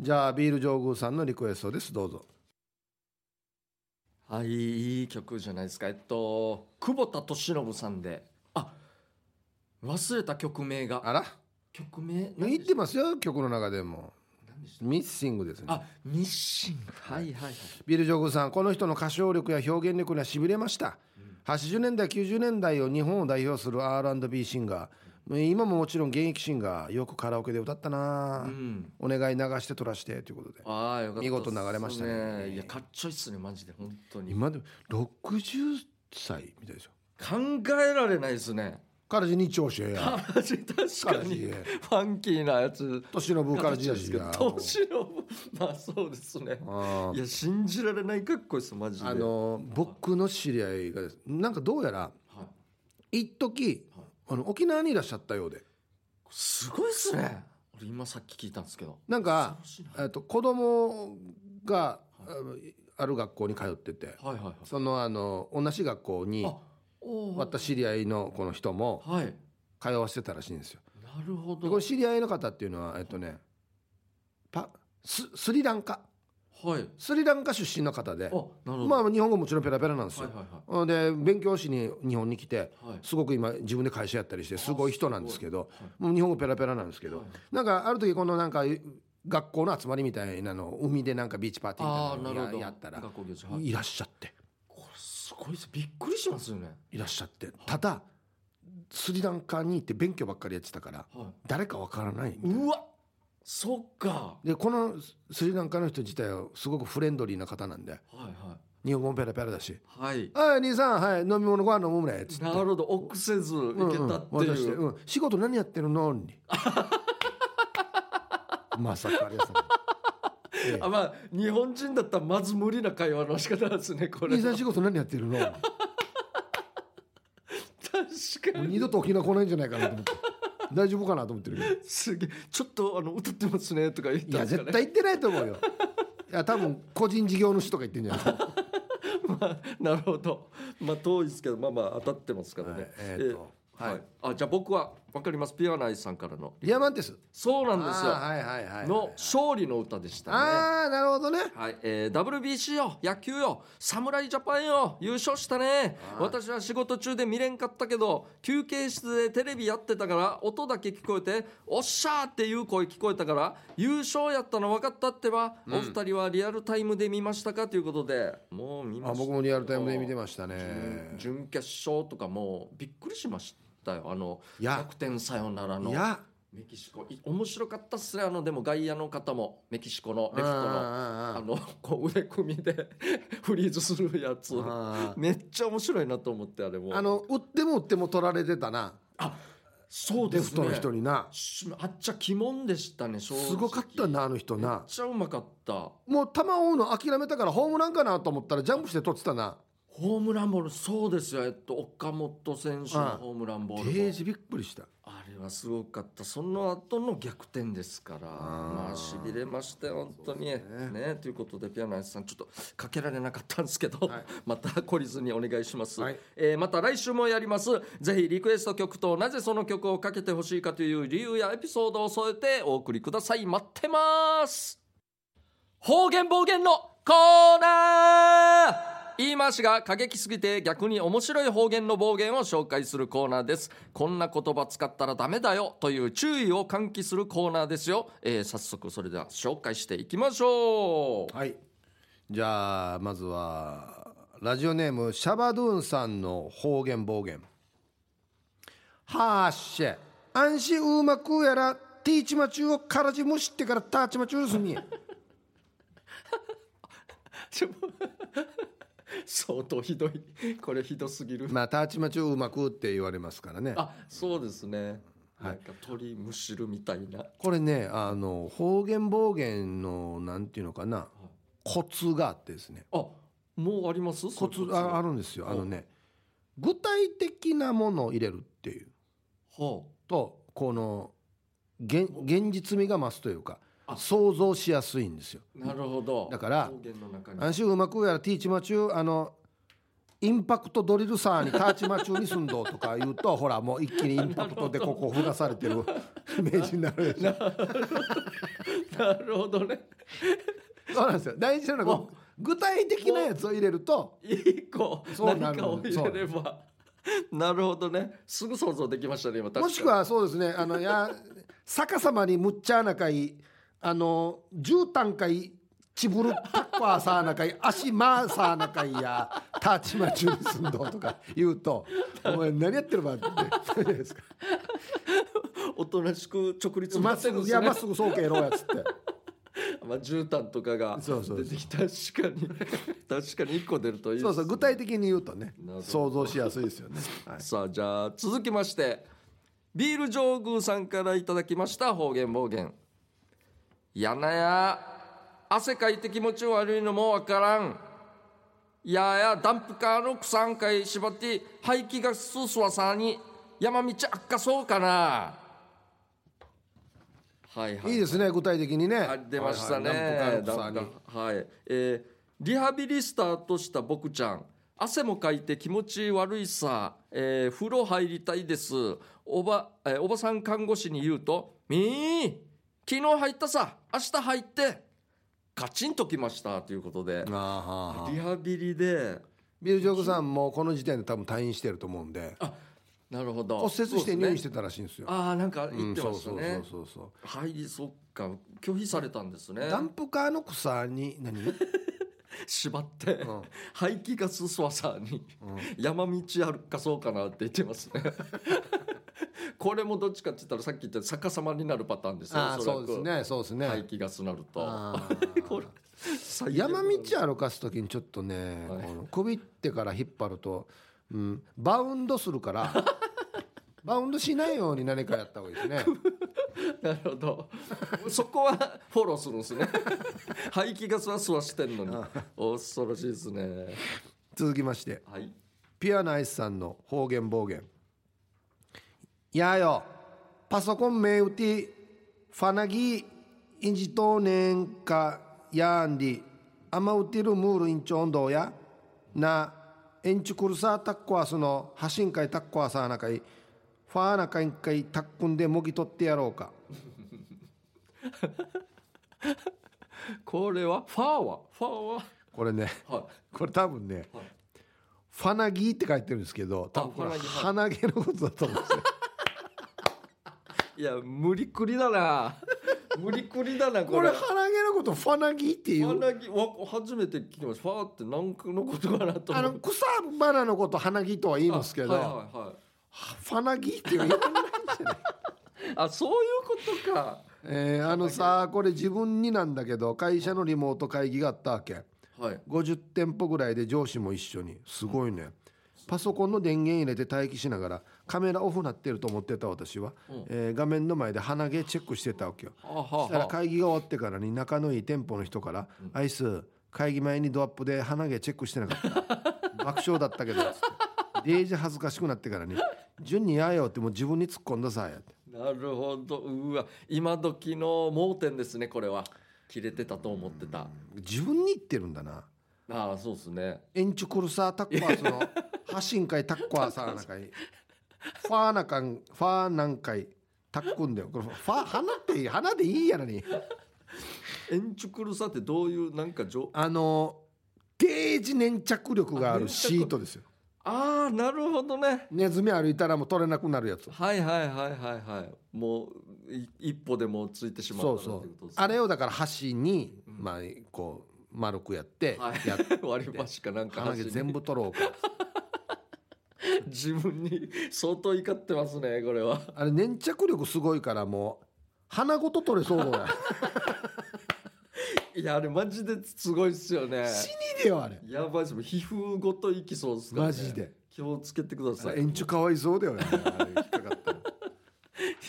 [SPEAKER 2] じゃあビール上宮さんのリクエストですどうぞ
[SPEAKER 1] はい、いい曲じゃないですか。えっと、久保田敏信さんで。あ、忘れた曲名が。
[SPEAKER 2] あら
[SPEAKER 1] 曲名何で
[SPEAKER 2] 言っ
[SPEAKER 1] して
[SPEAKER 2] ますよ曲の中でも
[SPEAKER 1] 何でした
[SPEAKER 2] ミッシングですね
[SPEAKER 1] あ、ミッシング。はいはいはい。
[SPEAKER 2] ビル・ジョグさんこの人の歌唱力や表現力にはしびれました、80年代90年代を日本を代表する R&B シンガー今ももちろん現役シンガーよくカラオケで歌ったな、
[SPEAKER 1] うん。
[SPEAKER 2] お願い流して撮らしてということで
[SPEAKER 1] ああ、よかったっすね。
[SPEAKER 2] 見事流れましたね
[SPEAKER 1] いや、かっちょいっすね、マジで、本当に。
[SPEAKER 2] 今でも60歳みたいでしょ
[SPEAKER 1] 考えられないですね。
[SPEAKER 2] 彼氏に調子や
[SPEAKER 1] マジ確か
[SPEAKER 2] 彼氏
[SPEAKER 1] に。
[SPEAKER 2] へ
[SPEAKER 1] ファンキーなやつ。
[SPEAKER 2] 年の分からじやしが
[SPEAKER 1] 年の。まあ、そうですね。
[SPEAKER 2] あ
[SPEAKER 1] いや、信じられないかっこいいです、マジで。
[SPEAKER 2] あの僕の知り合いがですなんかどうやら
[SPEAKER 1] はい。
[SPEAKER 2] 一時あの沖縄にいらっしゃったようです
[SPEAKER 1] ごいっすね。俺今さっき聞いたんですけど。
[SPEAKER 2] なんか
[SPEAKER 1] 恐ろしいな
[SPEAKER 2] えっと子供があのある学校に通ってて
[SPEAKER 1] はいはいはい。
[SPEAKER 2] そのあの同じ学校に
[SPEAKER 1] あ、おー
[SPEAKER 2] 私知り合いのこの人も
[SPEAKER 1] はい。
[SPEAKER 2] 通わせてたらしいんですよ。
[SPEAKER 1] なるほど。
[SPEAKER 2] で
[SPEAKER 1] は
[SPEAKER 2] この知り合いの方っていうのはえっとねパススリランカ
[SPEAKER 1] い。
[SPEAKER 2] スリランカ出身の方で
[SPEAKER 1] あ、なるほど。
[SPEAKER 2] ま
[SPEAKER 1] は
[SPEAKER 2] あ日本語もちろんペラペラなんで
[SPEAKER 1] い
[SPEAKER 2] す
[SPEAKER 1] はい
[SPEAKER 2] よ。
[SPEAKER 1] は
[SPEAKER 2] で勉強しに日本に来て
[SPEAKER 1] い。はい。
[SPEAKER 2] すごく今自分で会社やったりしてすごい人なんですけど
[SPEAKER 1] すごいは
[SPEAKER 2] もう日本語ペラペラなんですけど
[SPEAKER 1] はい
[SPEAKER 2] なんかある時このなんか学校の集まりみたいなのを海でなんかビーチパーティ
[SPEAKER 1] あ
[SPEAKER 2] ー
[SPEAKER 1] あ、
[SPEAKER 2] みた
[SPEAKER 1] ないるほ
[SPEAKER 2] なの
[SPEAKER 1] ど。
[SPEAKER 2] ややったら
[SPEAKER 1] 学校行事はい。
[SPEAKER 2] いらっしゃって
[SPEAKER 1] これすごいです。びっくりしますよね。
[SPEAKER 2] いらっしゃってただスリランカに行って勉強ばっかりやってたから
[SPEAKER 1] は
[SPEAKER 2] 誰かわからない
[SPEAKER 1] い。うわ。そっか。
[SPEAKER 2] でこのスリランカの人自体はすごくフレンドリーな方なんで
[SPEAKER 1] はいは
[SPEAKER 2] 日本語もペラペラだし
[SPEAKER 1] い。はい
[SPEAKER 2] 「。はい兄さんはい飲み物ご飯飲むね」っつって
[SPEAKER 1] なるほど。臆せず行けたって
[SPEAKER 2] うんうん渡して
[SPEAKER 1] いう。
[SPEAKER 2] うん仕事何やってるの にまさかです ねえ
[SPEAKER 1] あ、まあ、日本人だったらまず無理な会話の仕方ですね。こ
[SPEAKER 2] え
[SPEAKER 1] れ。
[SPEAKER 2] 兄さん
[SPEAKER 1] 確
[SPEAKER 2] 仕事何やってるのも
[SPEAKER 1] か
[SPEAKER 2] う
[SPEAKER 1] に。
[SPEAKER 2] 二度と沖縄来ないんじゃないかなと思って大丈夫かなと思ってるけど
[SPEAKER 1] すげえ。ちょっとあの歌ってますねとか言っ
[SPEAKER 2] い
[SPEAKER 1] たん
[SPEAKER 2] や
[SPEAKER 1] ですかね
[SPEAKER 2] 絶。対行ってないと思うよいや多分個人事業主とか言ってんじゃないですか
[SPEAKER 1] まあ、なるほど。まあ、遠いですけど、まあまあ、当たってますからね。
[SPEAKER 2] はいえーと
[SPEAKER 1] えー
[SPEAKER 2] はい
[SPEAKER 1] はい。あ、じゃ、あ僕は、わかります。ピアナイさんからの。
[SPEAKER 2] リアマンテス
[SPEAKER 1] そうなんです
[SPEAKER 2] あ
[SPEAKER 1] よ。
[SPEAKER 2] ーはいはいはい
[SPEAKER 1] の勝利の歌でしたね。
[SPEAKER 2] ああなるほどね
[SPEAKER 1] はい、えー、WBC よ野球よ侍ジャパンよ優勝したね
[SPEAKER 2] あー
[SPEAKER 1] 私は仕事中で見れんかったけど休憩室でテレビやってたから音だけ聞こえて「おっしゃー!」っていう声聞こえたから優勝やったの分かったってば、お二人はリアルタイムで見ましたかということでもう見ま
[SPEAKER 2] あ
[SPEAKER 1] した
[SPEAKER 2] 僕もリアルタイムで見てました
[SPEAKER 1] 準
[SPEAKER 2] ね
[SPEAKER 1] 準決勝とかもうびっくりしましたよあの
[SPEAKER 2] いや
[SPEAKER 1] 逆転サヨナラの
[SPEAKER 2] いや
[SPEAKER 1] メキシコい面白かったっすねあのでも外野の方もメキシコのレフトのあの こう腕組みで フリーズするやつ
[SPEAKER 2] あ
[SPEAKER 1] めっちゃ面白いなと思ってあれも
[SPEAKER 2] の打っても打っても取られてたな
[SPEAKER 1] そう
[SPEAKER 2] レ
[SPEAKER 1] です
[SPEAKER 2] フ
[SPEAKER 1] ね
[SPEAKER 2] トの人にな
[SPEAKER 1] しあっちゃ鬼門でしたね正直
[SPEAKER 2] すごかったなあの人
[SPEAKER 1] めっ
[SPEAKER 2] な
[SPEAKER 1] ちゃうまかった
[SPEAKER 2] もう球を追うの諦めたからホームランかなと思ったらジャンプして取ってたな
[SPEAKER 1] ホームランボールそうですよえっと岡本選手のホームランボール
[SPEAKER 2] デー
[SPEAKER 1] も
[SPEAKER 2] ジびっくりした
[SPEAKER 1] あれはすごかったその後の逆転ですから
[SPEAKER 2] あー
[SPEAKER 1] まあしびれましたよ本当にね
[SPEAKER 2] そうです
[SPEAKER 1] ということでピアノさんちょっとかけられなかったんですけど、
[SPEAKER 2] はい
[SPEAKER 1] また懲りずにお願いします、
[SPEAKER 2] はい
[SPEAKER 1] えーまた来週もやりますぜひリクエスト曲となぜその曲をかけてほしいかという理由やエピソードを添えてお送りください待ってます方言暴言のコーナー言い回しが過激すぎて逆に面白い方言の暴言を紹介するコーナーですこんな言葉使ったらダメだよという注意を喚起するコーナーですよ、えー早速それでは紹介していきましょう
[SPEAKER 2] はいじゃあまずはラジオネームシャバドゥーンさんの方言暴言はーっしゃあんしうまくやらティーチマチューをからじむしってからターチマチューす み
[SPEAKER 1] 相当ひどいこれひどすぎる
[SPEAKER 2] まあターチマチューうまくって言われますからね
[SPEAKER 1] あそうですね、
[SPEAKER 2] は
[SPEAKER 1] な
[SPEAKER 2] い
[SPEAKER 1] んか鳥むしるみたいな
[SPEAKER 2] これねあの方言暴言のなんていうのかなコツがあってですね
[SPEAKER 1] あもうあります
[SPEAKER 2] コツああ
[SPEAKER 1] る
[SPEAKER 2] るんですよ
[SPEAKER 1] お
[SPEAKER 2] あのね具体的なものを入れるっていう
[SPEAKER 1] はあ
[SPEAKER 2] とこの現現実味が増すというか
[SPEAKER 1] あ
[SPEAKER 2] 想像しやすいんですよ
[SPEAKER 1] なるほど。
[SPEAKER 2] だから
[SPEAKER 1] 方言の中に。
[SPEAKER 2] 安心うまくやらティーチマチューあのインパクトドリルサーにターチマチューにすんどとか言うとほらもう一気にインパクトでここをふがされてるイメージに なるでしょ
[SPEAKER 1] なるほどね。
[SPEAKER 2] そうなんですよ大事なのはこう具体的なやつを入れると
[SPEAKER 1] 一個
[SPEAKER 2] そうな
[SPEAKER 1] 何
[SPEAKER 2] る
[SPEAKER 1] かを入れれば。なるほどね。すぐ想像できましたね今。確かに
[SPEAKER 2] もしく。はそうですねあのや逆さまにむっちゃなかいあの絨毯かいちぶるタッパーさーなかい足まーさーなかいやターチマチューにすんどとか言うと「お前何やってるば」って言うじゃないですか
[SPEAKER 1] おとなしく直立
[SPEAKER 2] ま
[SPEAKER 1] ま
[SPEAKER 2] っ
[SPEAKER 1] っ
[SPEAKER 2] す
[SPEAKER 1] てるん
[SPEAKER 2] ぐ、
[SPEAKER 1] で
[SPEAKER 2] い
[SPEAKER 1] す
[SPEAKER 2] や、
[SPEAKER 1] ね
[SPEAKER 2] まっ。すぐそうけやろうやつって。
[SPEAKER 1] まあ絨毯とかが
[SPEAKER 2] そうそう
[SPEAKER 1] 出てきた確かに確かに一個出るといいです
[SPEAKER 2] そ
[SPEAKER 1] ね。
[SPEAKER 2] うそう、具体的に言うとね
[SPEAKER 1] なるほ、ど
[SPEAKER 2] 想像しやすいですよね。はい。
[SPEAKER 1] さあじゃあ続きましてビール上宮さんからいただきました方言暴言やなや汗かいて気持ち悪いのもわからんやあやダンプカーの苦んかい縛って排気ガスすわさに山道悪化そうかなはいはい
[SPEAKER 2] いいですね、具体的にね。
[SPEAKER 1] あ出ましたね。
[SPEAKER 2] はいはいなんと
[SPEAKER 1] だ
[SPEAKER 2] かの草に
[SPEAKER 1] だはい、えーリハビリスタートした僕ちゃん。汗もかいて気持ち悪いさ、えー風呂入りたいですおば、えーおばさん看護師に言うと「みー昨日入ったさ明日入って」カチンときましたということで
[SPEAKER 2] あーはーはー
[SPEAKER 1] リハビリで
[SPEAKER 2] ビル・ジョークさんもこの時点で多分退院してると思うんで
[SPEAKER 1] あなるほど、
[SPEAKER 2] 骨折して入院しててたらしいんですよ。
[SPEAKER 1] ああなんか言って
[SPEAKER 2] そ
[SPEAKER 1] ま
[SPEAKER 2] う
[SPEAKER 1] した
[SPEAKER 2] そう
[SPEAKER 1] ね、
[SPEAKER 2] そうそうそう。
[SPEAKER 1] 入りそっか拒否されたんですね
[SPEAKER 2] ダンプカーの草に何？
[SPEAKER 1] 縛って、
[SPEAKER 2] ん
[SPEAKER 1] 排気ガスすわさに、山道歩かそうかなって言ってますねこれもどっちかって言ったらさっき言った逆さまになるパターンですよ
[SPEAKER 2] ああ
[SPEAKER 1] おそらく
[SPEAKER 2] そうですねそうですね。
[SPEAKER 1] 排気ガスなると
[SPEAKER 2] あ
[SPEAKER 1] これ最悪
[SPEAKER 2] 山道歩かすときにちょっとね、
[SPEAKER 1] はい
[SPEAKER 2] この首ってから引っ張ると、うん、バウンドするから。 バウンドしないように何かやった方がいい ですね。
[SPEAKER 1] なるほどそこはフォローするんですね排気ガスは吸わしてんのに恐ろしいですね
[SPEAKER 2] 続きまして、
[SPEAKER 1] はい
[SPEAKER 2] ピュアナイスさんの方言暴言。やあよ、パソコン目打て、ファナギインジトーネンかやんり、あま打てるムールインチョンドーや、な、エンチュクルサータッコアスの、ハシンカイタッコアサーナカイ、ファーナカインカイタックンでもぎ取ってやろうか。
[SPEAKER 1] これはファーはファー
[SPEAKER 2] これね、
[SPEAKER 1] はは
[SPEAKER 2] これ多分ね、ファナギって書いてるんですけど、多分これ
[SPEAKER 1] あファナギはい
[SPEAKER 2] 鼻毛のことだと思うんですよ。
[SPEAKER 1] いいや無理くりだな無理くりだな
[SPEAKER 2] これ鼻毛のことファナギってい
[SPEAKER 1] ファ
[SPEAKER 2] う
[SPEAKER 1] ナギわ初めて聞きましたファーって何のことかなと
[SPEAKER 2] あ
[SPEAKER 1] 思
[SPEAKER 2] の
[SPEAKER 1] って
[SPEAKER 2] 草花のこと花木とは言いますけど、
[SPEAKER 1] はいは
[SPEAKER 2] ファナギっていう言わないんじゃない
[SPEAKER 1] いはいあそういうことか
[SPEAKER 2] えーあのさこれ自分になんだけど会社のリモート会議があったわけ
[SPEAKER 1] はい
[SPEAKER 2] 50店舗ぐらいで上司も一緒にすごいねパソコンの電源入れて待機しながらカメラオフなってると思ってた私は、えー画面の前で鼻毛チェックしてたわけよ
[SPEAKER 1] あは
[SPEAKER 2] そしたら
[SPEAKER 1] は
[SPEAKER 2] 会議が終わってからに仲のいい店舗の人から「アイス会議前にドアップで鼻毛チェックしてな かった」「爆笑だったけど」つってデージ恥ずかしくなってからに「順にやーよ」ってもう自分に突っ込んださやって
[SPEAKER 1] なるほどうわ今時の盲点ですねこれは切れてたと思ってた
[SPEAKER 2] 自分に言ってるんだな
[SPEAKER 1] ああそうですね
[SPEAKER 2] エンチュクルサータッカーその発信会タッカーサーなかいファーなかんファーなんかいタックンだよこれファー花っていい花でいいやのに
[SPEAKER 1] エンチュクルサってどういうなんかじょ
[SPEAKER 2] あのデージ粘着力が
[SPEAKER 1] あ
[SPEAKER 2] あ
[SPEAKER 1] 粘
[SPEAKER 2] る
[SPEAKER 1] 着
[SPEAKER 2] シート ですよ
[SPEAKER 1] ああなるほどね
[SPEAKER 2] ネズミ歩いたらもう取れなくなるやつ
[SPEAKER 1] はいはいはいはいはいもうい一歩でもついてしまった
[SPEAKER 2] そ
[SPEAKER 1] ら
[SPEAKER 2] う
[SPEAKER 1] ってい
[SPEAKER 2] そう
[SPEAKER 1] こと
[SPEAKER 2] う
[SPEAKER 1] ですね
[SPEAKER 2] あれをだから箸に、まあこう丸くやって、
[SPEAKER 1] はい
[SPEAKER 2] やっ
[SPEAKER 1] 割り箸かなんか
[SPEAKER 2] 鼻毛
[SPEAKER 1] 箸に
[SPEAKER 2] 全部取ろうか
[SPEAKER 1] 自分に相当怒ってますねこれは
[SPEAKER 2] あれ粘着力すごいからもう鼻ごと取れそう だよ
[SPEAKER 1] いやあれマジですごいっすよね
[SPEAKER 2] 死にでよあれ
[SPEAKER 1] やばいっすもう皮膚ごといきそうっすから、ね、
[SPEAKER 2] マジで
[SPEAKER 1] 気をつけてください
[SPEAKER 2] 円柱かわいそうだよねあれ引っかかったら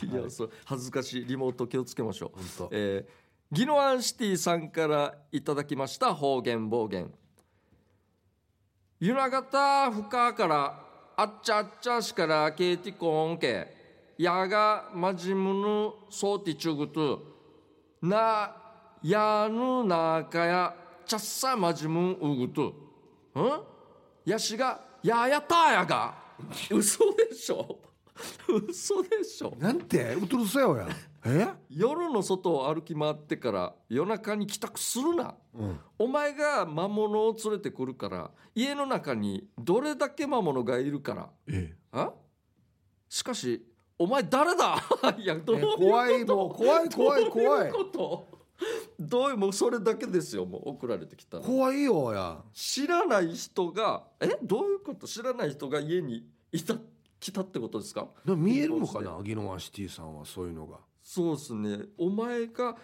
[SPEAKER 1] いや、そう恥ずかしいリモート気をつけましょう。
[SPEAKER 2] 本当
[SPEAKER 1] えー、ギノアンシティさんからいただきました方言暴言。ゆながたふかからあっちゃあっちゃしからけいてこんけ。やがまじむぬそうてちゅぐと。なやぬなかやちゃっさまじむんうぐと。んやしがややたやが。 嘘でしょ 嘘でしょ
[SPEAKER 2] なんてうとるせよやえ
[SPEAKER 1] 夜の外を歩き回ってから夜中に帰宅するな、
[SPEAKER 2] うん
[SPEAKER 1] お前が魔物を連れてくるから家の中にどれだけ魔物がいるから
[SPEAKER 2] え
[SPEAKER 1] あしかしお前誰だ いやどういうこと
[SPEAKER 2] 怖いもう怖い怖い怖い
[SPEAKER 1] どういうことどういうもうそれだけですよもう送られてきたの
[SPEAKER 2] 怖いよや
[SPEAKER 1] 知らない人がえどういうこと知らない人が家にいた来たってことですか
[SPEAKER 2] な見えるのかなギノワシティさんはそういうのが
[SPEAKER 1] そうですね。お前が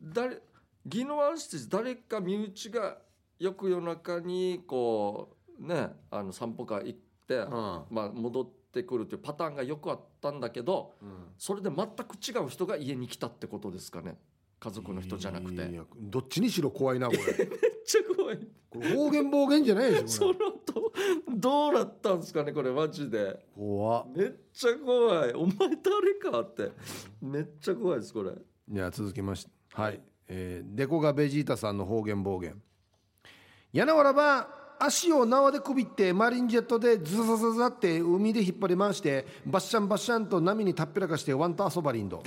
[SPEAKER 1] 誰ギノワンシティ誰か身内がよく夜中にこうねあの散歩会行って、
[SPEAKER 2] う
[SPEAKER 1] まあ戻ってくるというパターンがよくあったんだけど、
[SPEAKER 2] ん
[SPEAKER 1] それで全く違う人が家に来たってことですかね。家族の人じゃなくて。
[SPEAKER 2] い
[SPEAKER 1] めっ
[SPEAKER 2] やどっちにしろ怖いなこれ
[SPEAKER 1] ちゃ怖い。
[SPEAKER 2] これ方言暴言じゃないでし
[SPEAKER 1] そ
[SPEAKER 2] ょ
[SPEAKER 1] の後どうなったんですかねこれマジで。
[SPEAKER 2] 怖
[SPEAKER 1] めっちゃ怖い。お前誰かってめっちゃ怖いですこれ。
[SPEAKER 2] じゃあ続きましてはい、えー、デコがベジータさんの方言暴言やなわらば足を縄でくびってマリンジェットでズザザザって海で引っ張り回してバッシャンバッシャンと波にたっぺらかしてワンと遊ばりんど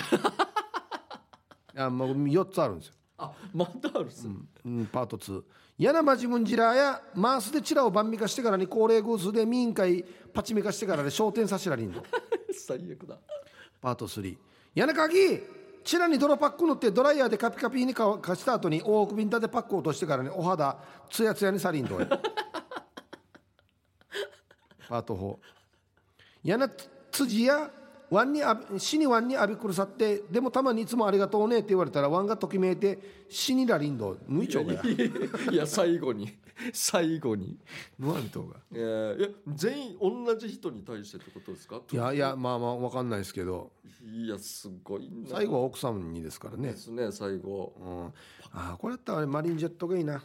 [SPEAKER 2] あもう4つあるんですよ、
[SPEAKER 1] あまだあるっすね。
[SPEAKER 2] うん、パート2やなまじむんじらやマースでチラを万味化してからに高齢グースでミーン会パチミ化してからで焦点さしらりんど
[SPEAKER 1] 最悪だ。
[SPEAKER 2] パート3柳鍵チラに泥パック塗ってドライヤーでカピカピに乾かした後に大首に立てパックを落としてからねお肌ツヤツヤにサリンどう やパート4柳辻やワンにあび死にワンに浴びくるさってでもたまにいつもありがとうねって言われたらワンがときめいて死にラリンド抜いちゃうがや
[SPEAKER 1] いや最後に最後に、
[SPEAKER 2] ぬわりとうが
[SPEAKER 1] えーいや全員同じ人に対してってことですか
[SPEAKER 2] いやいやまあまあわかんないですけど
[SPEAKER 1] いやすごいな
[SPEAKER 2] 最後は奥さんにですからね
[SPEAKER 1] で、すね最後
[SPEAKER 2] うん、ああこれやったら俺マリンジェットがいいな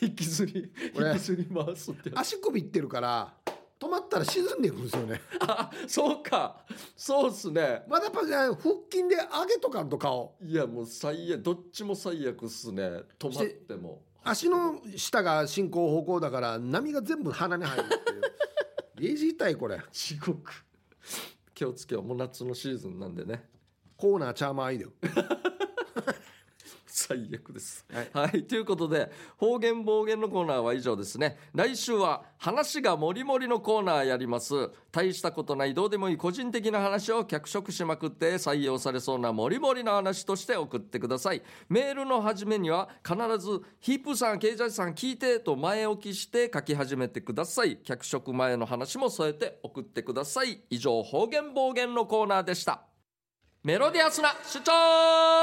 [SPEAKER 1] 引きずり
[SPEAKER 2] これ
[SPEAKER 1] 引きずり回すってあ
[SPEAKER 2] 足首いってるから止まったら沈んでいくんですよね
[SPEAKER 1] そうかそうっすね
[SPEAKER 2] まだやっぱね腹筋で上げとかんと顔
[SPEAKER 1] いやもう最悪どっちも最悪っすね止まっても
[SPEAKER 2] 足の下が進行方向だから波が全部鼻に入る っていうデージ痛いこれ
[SPEAKER 1] 地獄気をつけようもう夏のシーズンなんでね
[SPEAKER 2] コーナーチャーマーアイだよ
[SPEAKER 1] 最悪です
[SPEAKER 2] はい
[SPEAKER 1] はいということで方言暴言のコーナーは以上ですね来週は話がもりもりのコーナーやります大したことないどうでもいい個人的な話を脚色しまくって採用されそうなもりもりの話として送ってくださいメールの始めには必ず「ヒープさんケイジャイさん聞いて」と前置きして書き始めてください脚色前の話も添えて送ってください以上方言暴言のコーナーでしたメロディアスな主張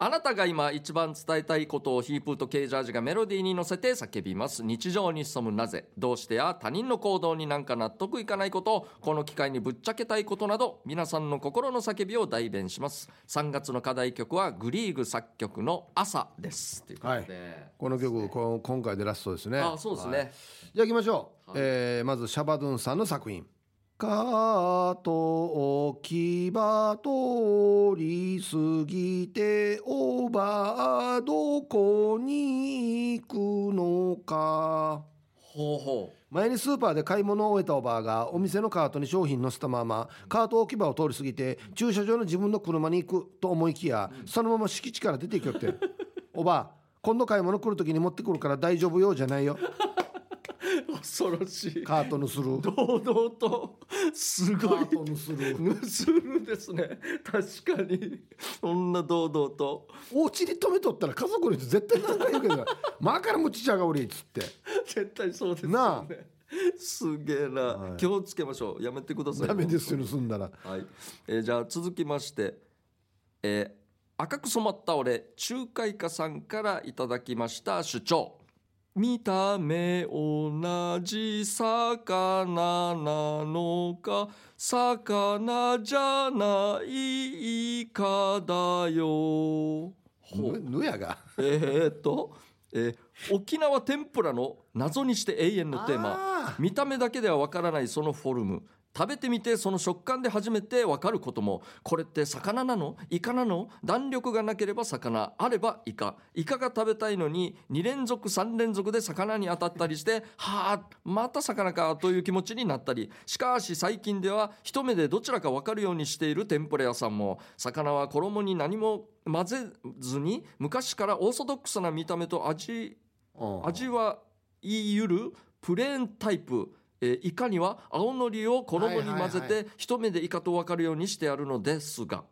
[SPEAKER 1] あなたが今一番伝えたいことをヒープーとケージャージがメロディーに乗せて叫びます日常に潜むなぜどうしてや他人の行動になんか納得いかないことこの機会にぶっちゃけたいことなど皆さんの心の叫びを代弁します3月の課題曲はグリーグ作曲の「朝」ですということで、
[SPEAKER 2] この曲こ今回でラストですね
[SPEAKER 1] あそうですね、
[SPEAKER 2] はいじゃあ行きましょう、えーまずシャバドゥンさんの作品「かときば通り過ぎておばあどこに行くのか」
[SPEAKER 1] ほうほう
[SPEAKER 2] 前にスーパーで買い物を終えたおばあがお店のカートに商品載せたままカート置き場を通り過ぎて駐車場の自分の車に行くと思いきやそのまま敷地から出て行くよっておばあ今度買い物来る時に持ってくるから大丈夫よじゃないよ
[SPEAKER 1] 恐ろしい
[SPEAKER 2] カートのする
[SPEAKER 1] 堂々とす
[SPEAKER 2] カ
[SPEAKER 1] ごい
[SPEAKER 2] ートのす る
[SPEAKER 1] 盗むですね確かにそんな堂々と
[SPEAKER 2] お家に止めとったら家族の人絶対何か言うけど「まあからもちちゃがおり」っつって
[SPEAKER 1] 絶対そうですよね
[SPEAKER 2] なあ
[SPEAKER 1] すげえな、
[SPEAKER 2] はい
[SPEAKER 1] 気をつけましょうやめてください
[SPEAKER 2] ダメですよ盗んだら
[SPEAKER 1] はい、えーじゃあ続きまして、えー赤く染まった俺仲介家さんからいただきました主張見た目同じ魚なのか魚じゃないイカだよほう
[SPEAKER 2] ぬぬやが
[SPEAKER 1] えー、っと、えー沖縄天ぷらの謎にして永遠のテーマ
[SPEAKER 2] あ
[SPEAKER 1] 見た目だけではわからないそのフォルム食べてみてその食感で初めてわかることもこれって魚なのイカなの弾力がなければ魚あればイカイカが食べたいのに2連続3連続で魚に当たったりしてはあまた魚かという気持ちになったりしかし最近では一目でどちらかわかるようにしている天ぷら屋さんも魚は衣に何も混ぜずに昔からオーソドックスな見た目と味
[SPEAKER 2] ー
[SPEAKER 1] 味は言いゆるプレーンタイプ、えーイカには青のりを衣に混ぜ
[SPEAKER 2] はいはい
[SPEAKER 1] て一目でイカと分かるようにしてあるのですが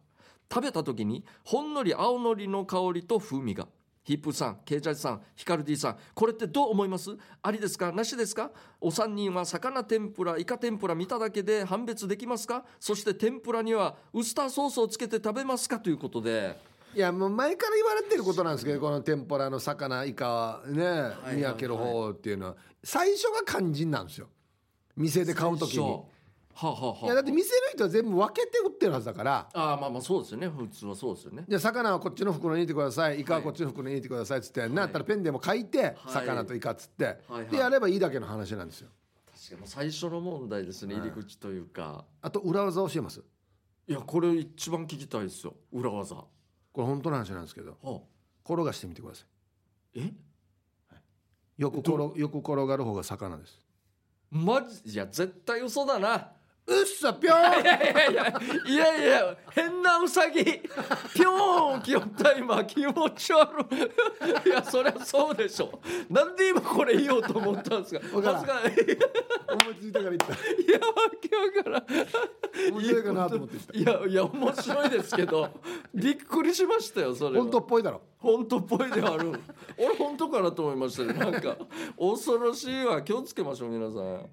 [SPEAKER 1] 食べた時にほんのり青のりの香りと風味がヒップさんケイジャージさんヒカルディさんこれってどう思いますありですかなしですかお三人は魚天ぷらイカ天ぷら見ただけで判別できますかそして天ぷらにはウスターソースをつけて食べますかということで
[SPEAKER 2] いやもう前から言われてることなんですけどこの天ぷらの魚イカね、
[SPEAKER 1] い
[SPEAKER 2] 見分ける方っていうのは最初が肝心なんですよ店で買う時
[SPEAKER 1] 最初
[SPEAKER 2] に
[SPEAKER 1] はあ、はあはあ、
[SPEAKER 2] いやだって店の人は全部分けて売ってるはずだから
[SPEAKER 1] ああまあまあそうですよね普通はそうですよね
[SPEAKER 2] じゃあ魚はこっちの袋に入れてくださいイカはこっちの袋に入れてくださいっつって、なんやったらペンでも書いて、魚とイカっつって、
[SPEAKER 1] はい
[SPEAKER 2] でやればいいだけの話なんですよ
[SPEAKER 1] 確かにもう最初の問題ですね、
[SPEAKER 2] はい
[SPEAKER 1] 入り口というか
[SPEAKER 2] あと裏技教えます
[SPEAKER 1] いやこれ一番聞きたいですよ裏技は
[SPEAKER 2] これ本当の話なんですけど
[SPEAKER 1] あ
[SPEAKER 2] 転がしてみてくださ
[SPEAKER 1] え
[SPEAKER 2] いよく転よく転がる方が魚です
[SPEAKER 1] マジいや絶対嘘だな
[SPEAKER 2] うっさぴょー
[SPEAKER 1] いやい
[SPEAKER 2] ん
[SPEAKER 1] やいやいやいや変なウサギピョーン来よった今気持ち悪いいやそりゃそうでしょなんで今これ言おうと思ったんですか
[SPEAKER 2] わからん
[SPEAKER 1] 恥ずかい
[SPEAKER 2] 思いついたから言った
[SPEAKER 1] いやわけわからん
[SPEAKER 2] 面白いかなと 思ってきた
[SPEAKER 1] いやいや面白いですけどびっくりしましたよそれは
[SPEAKER 2] 本当っぽいだろ
[SPEAKER 1] 本当っぽいではある 俺本当かなと思いましたねなんか恐ろしいわ気をつけましょう皆さん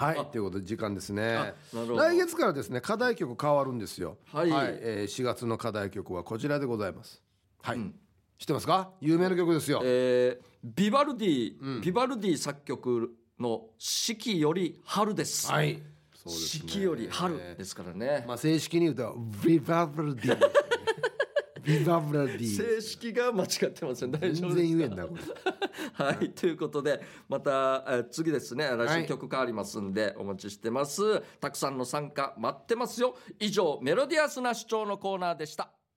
[SPEAKER 2] はいということで時間ですね
[SPEAKER 1] あなるほど
[SPEAKER 2] 来月からですね課題曲変わるんですよ
[SPEAKER 1] はい
[SPEAKER 2] えー4月の課題曲はこちらでございますはい、
[SPEAKER 1] うん
[SPEAKER 2] 知ってますか有名な曲ですよ
[SPEAKER 1] えービバルディ、ビバルディ作曲の「四季より春」です、
[SPEAKER 2] はいそうですね
[SPEAKER 1] 四季より春ですからね、
[SPEAKER 2] まあ正式に言うとビバブルデ ィですねビバブルディ
[SPEAKER 1] 正式が間違ってません大丈
[SPEAKER 2] 全
[SPEAKER 1] 夫
[SPEAKER 2] 然
[SPEAKER 1] です
[SPEAKER 2] 言えんだこれ
[SPEAKER 1] はい、ということでまたえー次ですね
[SPEAKER 2] は
[SPEAKER 1] 来
[SPEAKER 2] い
[SPEAKER 1] 週曲変わりますんでお待ちしてます、たくさんの参加待ってますよ以上メロディアスな主張のコーナーでした